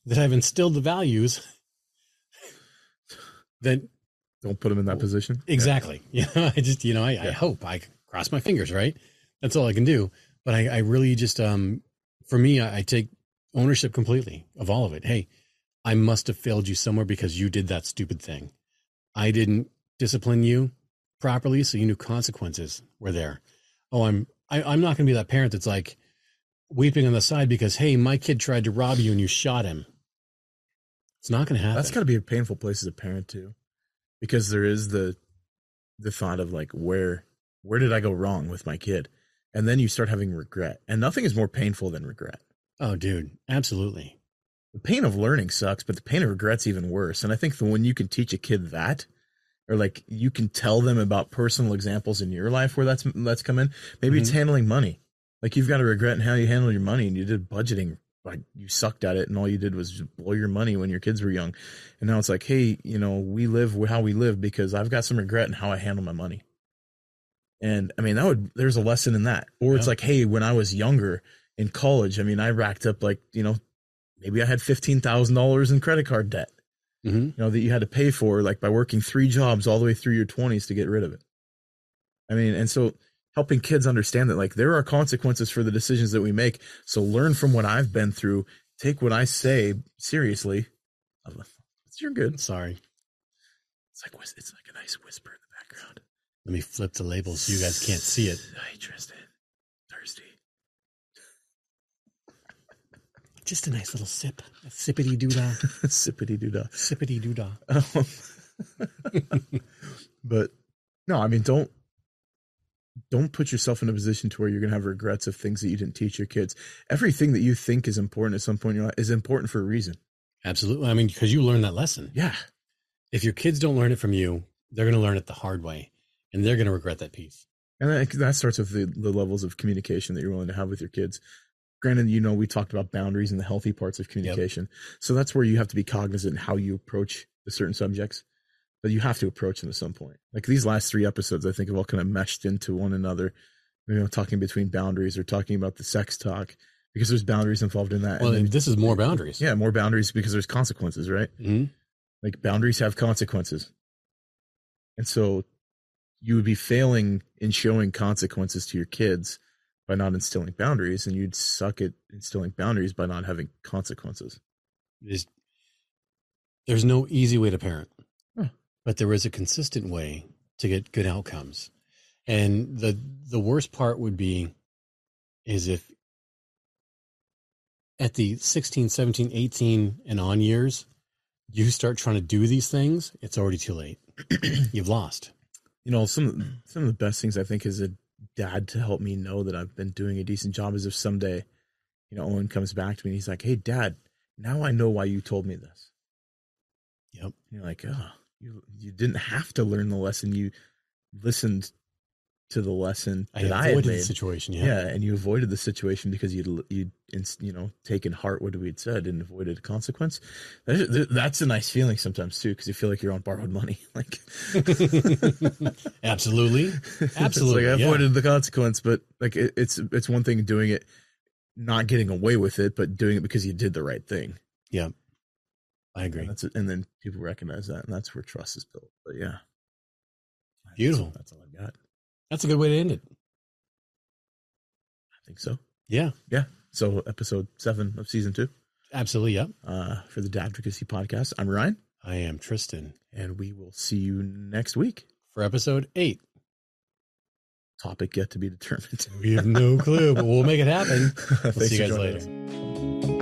Speaker 2: that I've instilled the values that
Speaker 1: Don't put him in that position.
Speaker 2: Exactly. Yeah. I just, you know, I, I
Speaker 1: Yeah.
Speaker 2: hope I can cross my fingers, right? That's all I can do. But I, I really just, um, for me, I, I take ownership completely of all of it. Hey, I must have failed you somewhere because you did that stupid thing. I didn't discipline you properly, so you knew consequences were there. Oh, I'm, I, I'm not going to be that parent that's like weeping on the side because, hey, my kid tried to rob you and you shot him. It's not going to happen.
Speaker 1: That's got to be a painful place as a parent too, because there is the the thought of like where where did I go wrong with my kid, and then you start having regret, and nothing is more painful than regret.
Speaker 2: oh, dude, absolutely.
Speaker 1: The pain of learning sucks, but the pain of regret's even worse. And I think that when you can teach a kid that, or like you can tell them about personal examples in your life where that's that's come in. Maybe it's handling money. Like you've got to regret in how you handle your money, and you did budgeting like you sucked at it, and all you did was just blow your money when your kids were young. And now it's like, hey, you know, we live how we live because I've got some regret in how I handle my money. And I mean, that would there's a lesson in that. Or it's
Speaker 2: Yeah.
Speaker 1: like, hey, when I was younger in college, I mean, I racked up like you know, maybe I had fifteen thousand dollars in credit card debt
Speaker 2: hmm
Speaker 1: you know that you had to pay for like by working three jobs all the way through your 20s to get rid of it i mean and so helping kids understand that like there are consequences for the decisions that we make so learn from what i've been through take what i say seriously you're good
Speaker 2: Sorry.
Speaker 1: it's like whis- it's like a nice whisper in the background
Speaker 2: Let me flip the label so you guys can't see it.
Speaker 1: hey tristan thirsty
Speaker 2: Just a nice little sip. A sippity doodah.
Speaker 1: sippity doo
Speaker 2: sippity doodah.
Speaker 1: Um, but no, I mean, don't don't put yourself in a position to where you're going to have regrets of things that you didn't teach your kids. Everything that you think is important at some point in your life is important for a reason.
Speaker 2: Absolutely. I mean, because you learn that lesson.
Speaker 1: Yeah.
Speaker 2: If your kids don't learn it from you, they're going to learn it the hard way and they're going to regret that piece.
Speaker 1: And that, that starts with the, the levels of communication that you're willing to have with your kids. Granted, you know, we talked about boundaries and the healthy parts of communication. So that's where you have to be cognizant in how you approach the certain subjects, but you have to approach them at some point. Like these last three episodes, I think have all kind of meshed into one another, you know, talking between boundaries or talking about the sex talk because there's boundaries involved in that.
Speaker 2: Well,
Speaker 1: and
Speaker 2: and
Speaker 1: then,
Speaker 2: this is more boundaries.
Speaker 1: yeah, more boundaries because there's consequences, right?
Speaker 2: hmm
Speaker 1: like boundaries have consequences and so you would be failing in showing consequences to your kids by not instilling boundaries and you'd suck at instilling boundaries by not having consequences
Speaker 2: There's, there's no easy way to parent,
Speaker 1: Huh.
Speaker 2: but there is a consistent way to get good outcomes. And the the worst part would be is if at the 16, 17, 18 and on years, you start trying to do these things, it's already too late. You've lost.
Speaker 1: you know
Speaker 2: Mm.
Speaker 1: some some of the best things i think as a dad to help me know that i've been doing a decent job is if someday you know owen comes back to me and he's like hey dad now i know why you told me this
Speaker 2: Yep.
Speaker 1: you're like oh you you didn't have to learn the lesson you listened to the lesson
Speaker 2: I
Speaker 1: that i, had
Speaker 2: avoided
Speaker 1: made
Speaker 2: the situation.
Speaker 1: Yeah. and you avoided the situation because you you you know taken heart what we had said and avoided a consequence. That's, that's a nice feeling sometimes too because you feel like you're on borrowed money. Like
Speaker 2: Absolutely.
Speaker 1: it's
Speaker 2: Absolutely,
Speaker 1: like I
Speaker 2: yeah.
Speaker 1: avoided the consequence, but like it, it's it's one thing doing it, not getting away with it, but doing it because you did the right thing.
Speaker 2: I agree.
Speaker 1: And, that's it. and then people recognize that, and that's where trust is built. But yeah, That's-
Speaker 2: Beautiful.
Speaker 1: That's, all I've got.
Speaker 2: That's a good way to end it.
Speaker 1: I think so.
Speaker 2: Yeah.
Speaker 1: So episode seven of season two
Speaker 2: Absolutely. Yep.
Speaker 1: uh, for the Dad Advocacy Podcast. I'm Ryan.
Speaker 2: I am Tristan
Speaker 1: and we will see you next week.
Speaker 2: for episode eight.
Speaker 1: Topic yet to be determined.
Speaker 2: We have no clue, but we'll make it happen.
Speaker 1: Thanks
Speaker 2: We'll see
Speaker 1: for
Speaker 2: you guys
Speaker 1: joining
Speaker 2: later.
Speaker 1: us.